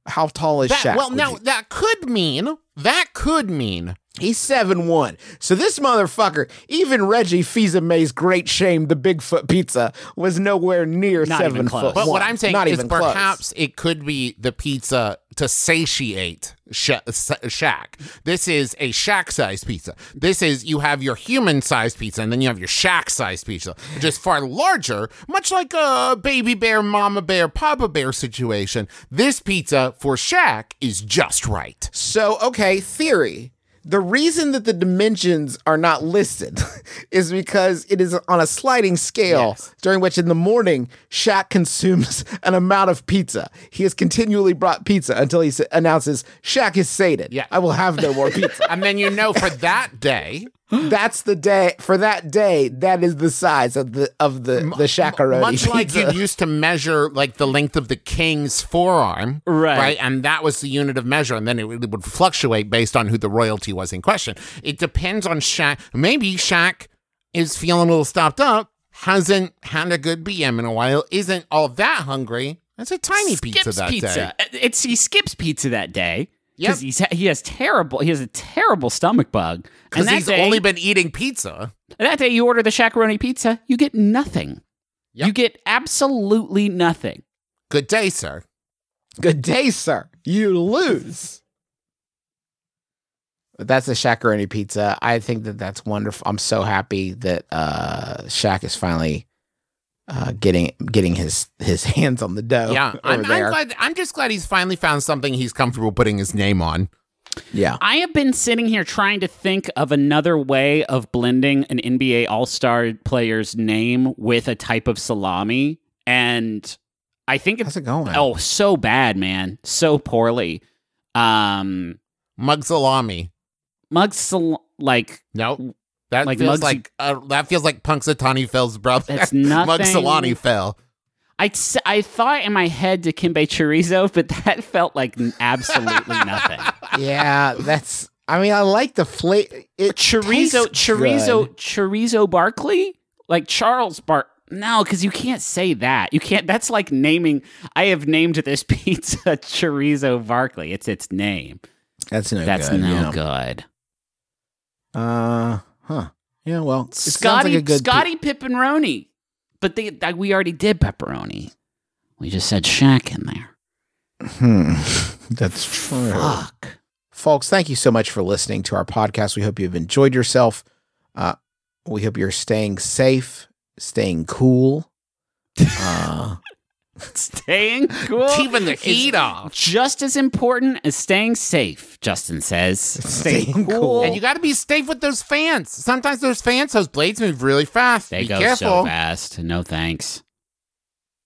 S2: how tall is
S3: That-
S2: shack?
S3: Well,
S2: would
S3: now
S2: you-
S3: that could mean That could mean
S2: he's seven one. So this motherfucker, even Reggie Fils May's great shame, the Bigfoot pizza, was nowhere near seven foot.
S3: But what
S2: one.
S3: I'm saying
S2: Not
S3: is
S2: even close.
S3: perhaps it could be the pizza to satiate Sha- Sa- Shack. This is a Shack sized pizza. This is you have your human sized pizza and then you have your Shack sized pizza, which is far larger, much like a baby bear, mama bear, papa bear situation. This pizza for Shack is just right.
S2: So, okay, theory. The reason that the dimensions are not listed is because it is on a sliding scale during which in the morning Shaq consumes an amount of pizza. He has continually brought pizza until he s- announces Shaq is sated. Yeah. I will have no more pizza.
S3: and then you know for that day,
S2: that's the day for that day that is the size of the of the the Shaqaroni
S3: Much like you
S2: pizza.
S3: used to measure like the length of the king's forearm,
S4: Right.
S3: And that was the unit of measure, and then it, would- it would fluctuate based on who the royalty was in question. It depends on Shaq. Maybe Shaq is feeling a little stopped up, hasn't had a good BM in a while, isn't all that hungry. That's a tiny pizza
S4: skips
S3: that
S4: pizza. Uh,
S3: day.
S4: It's he skips pizza that day because he's he has terrible he has a terrible stomach bug.
S3: 'Cause
S4: that
S3: he's only been eating pizza.
S4: That day you order the shakaroni pizza, you get nothing. You get absolutely nothing.
S3: Good day, sir.
S2: Good day, sir. You lose. But that's a Shaqaroni pizza. I think that that's wonderful. I'm so happy that uh Shaq is finally uh getting getting his his hands on the dough.
S3: yeah,
S2: Oh, over
S3: I'm, I'm
S2: there.
S3: glad. I'm just glad he's finally found something he's comfortable putting his name on.
S2: Yeah.
S4: I have been sitting here trying to think of another way of blending an NBA All Star player's name with a type of salami, and I think it's
S2: how's it going?
S4: Oh, so bad, man, so poorly. Um,
S3: mug salami,
S4: mug sal- like
S3: no, that
S4: Like
S3: feels
S4: Muggsy-
S3: like uh, that feels like Punxsutawney Phil's brother.
S4: That's nothing.
S3: Mugsalani Phil.
S4: I, s- I thought in my head Dikembe Chorizo, but that felt like n- absolutely nothing.
S2: yeah, that's I mean, I like the flavor. It
S4: chorizo,
S2: tastes
S4: chorizo,
S2: good.
S4: chorizo Barkley, like Charles Bar. No, because you can't say that. You can't. That's like naming. I have named this pizza chorizo Barkley. It's its name.
S2: That's no
S4: That's
S2: good,
S4: no
S2: yeah.
S4: good.
S2: Uh huh. Yeah, well, it sounds
S4: Scotty
S2: like a good pi-
S4: Scotty Pepperoni, but they, that- we already did pepperoni. We just said Shack in there.
S2: Hmm. That's true.
S4: Fuck.
S2: Folks, thank you so much for listening to our podcast. We hope you've enjoyed yourself. Uh, we hope you're staying safe, staying cool. Uh,
S4: Staying cool,
S3: keeping the heat off.
S4: just as important as staying safe. Justin says, "Staying cool."
S3: And you got to be safe with those fans. Sometimes those fans, those blades move really fast.
S4: They
S3: be
S4: go
S3: careful.
S4: so fast. No thanks.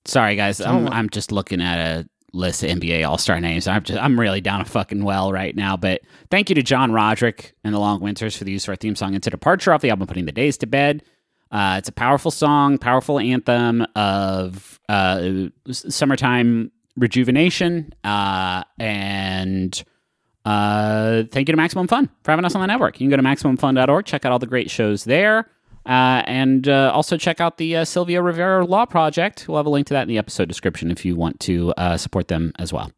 S4: Sorry guys, I'm
S3: Don't-
S4: I'm just looking at a list of NBA All Star names. I'm just I'm really down a fucking well right now. But thank you to John Roderick and the Long Winters for the use of our theme song "Into Departure" off the album "Putting the Days to Bed." Uh, it's a powerful song, powerful anthem of uh, s- summertime rejuvenation. Uh, and uh, thank you to Maximum Fun for having us on the network. You can go to MaximumFun.org, check out all the great shows there, uh, and uh, also check out the uh, Silvia Rivera Law Project. We'll have a link to that in the episode description if you want to uh, support them as well.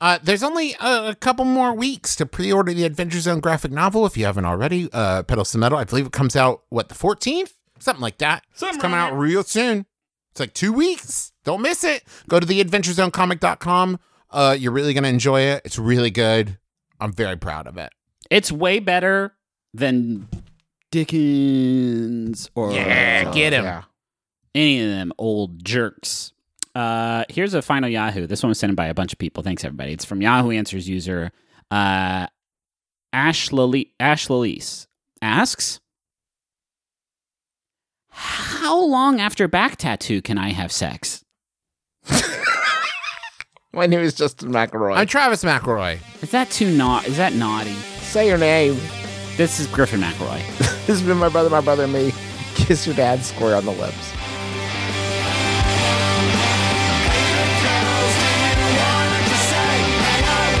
S3: Uh, there's only uh, a couple more weeks to pre-order the Adventure Zone graphic novel if you haven't already. Uh, Pedals to Metal, I believe it comes out what the 14th, something like that. it's coming out real soon. It's like two weeks. Don't miss it. Go to theadventurezonecomic.com. Uh, you're really gonna enjoy it. It's really good. I'm very proud of it.
S4: It's way better than Dickens or
S3: Yeah, get 'em. Yeah.
S4: any of them old jerks. Uh, here's a final Yahoo. This one was sent in by a bunch of people. Thanks everybody. It's from Yahoo Answers user uh, Ash Lali- Ash Lalise asks, "How long after back tattoo can I have sex?"
S2: My name is Justin McElroy.
S3: I'm Travis McElroy.
S4: Is that too na? Is that naughty?
S2: Say your name.
S4: This is Griffin McElroy.
S2: this has been my brother, my brother, and me. Kiss your dad square on the lips.
S6: MaximumFun.org.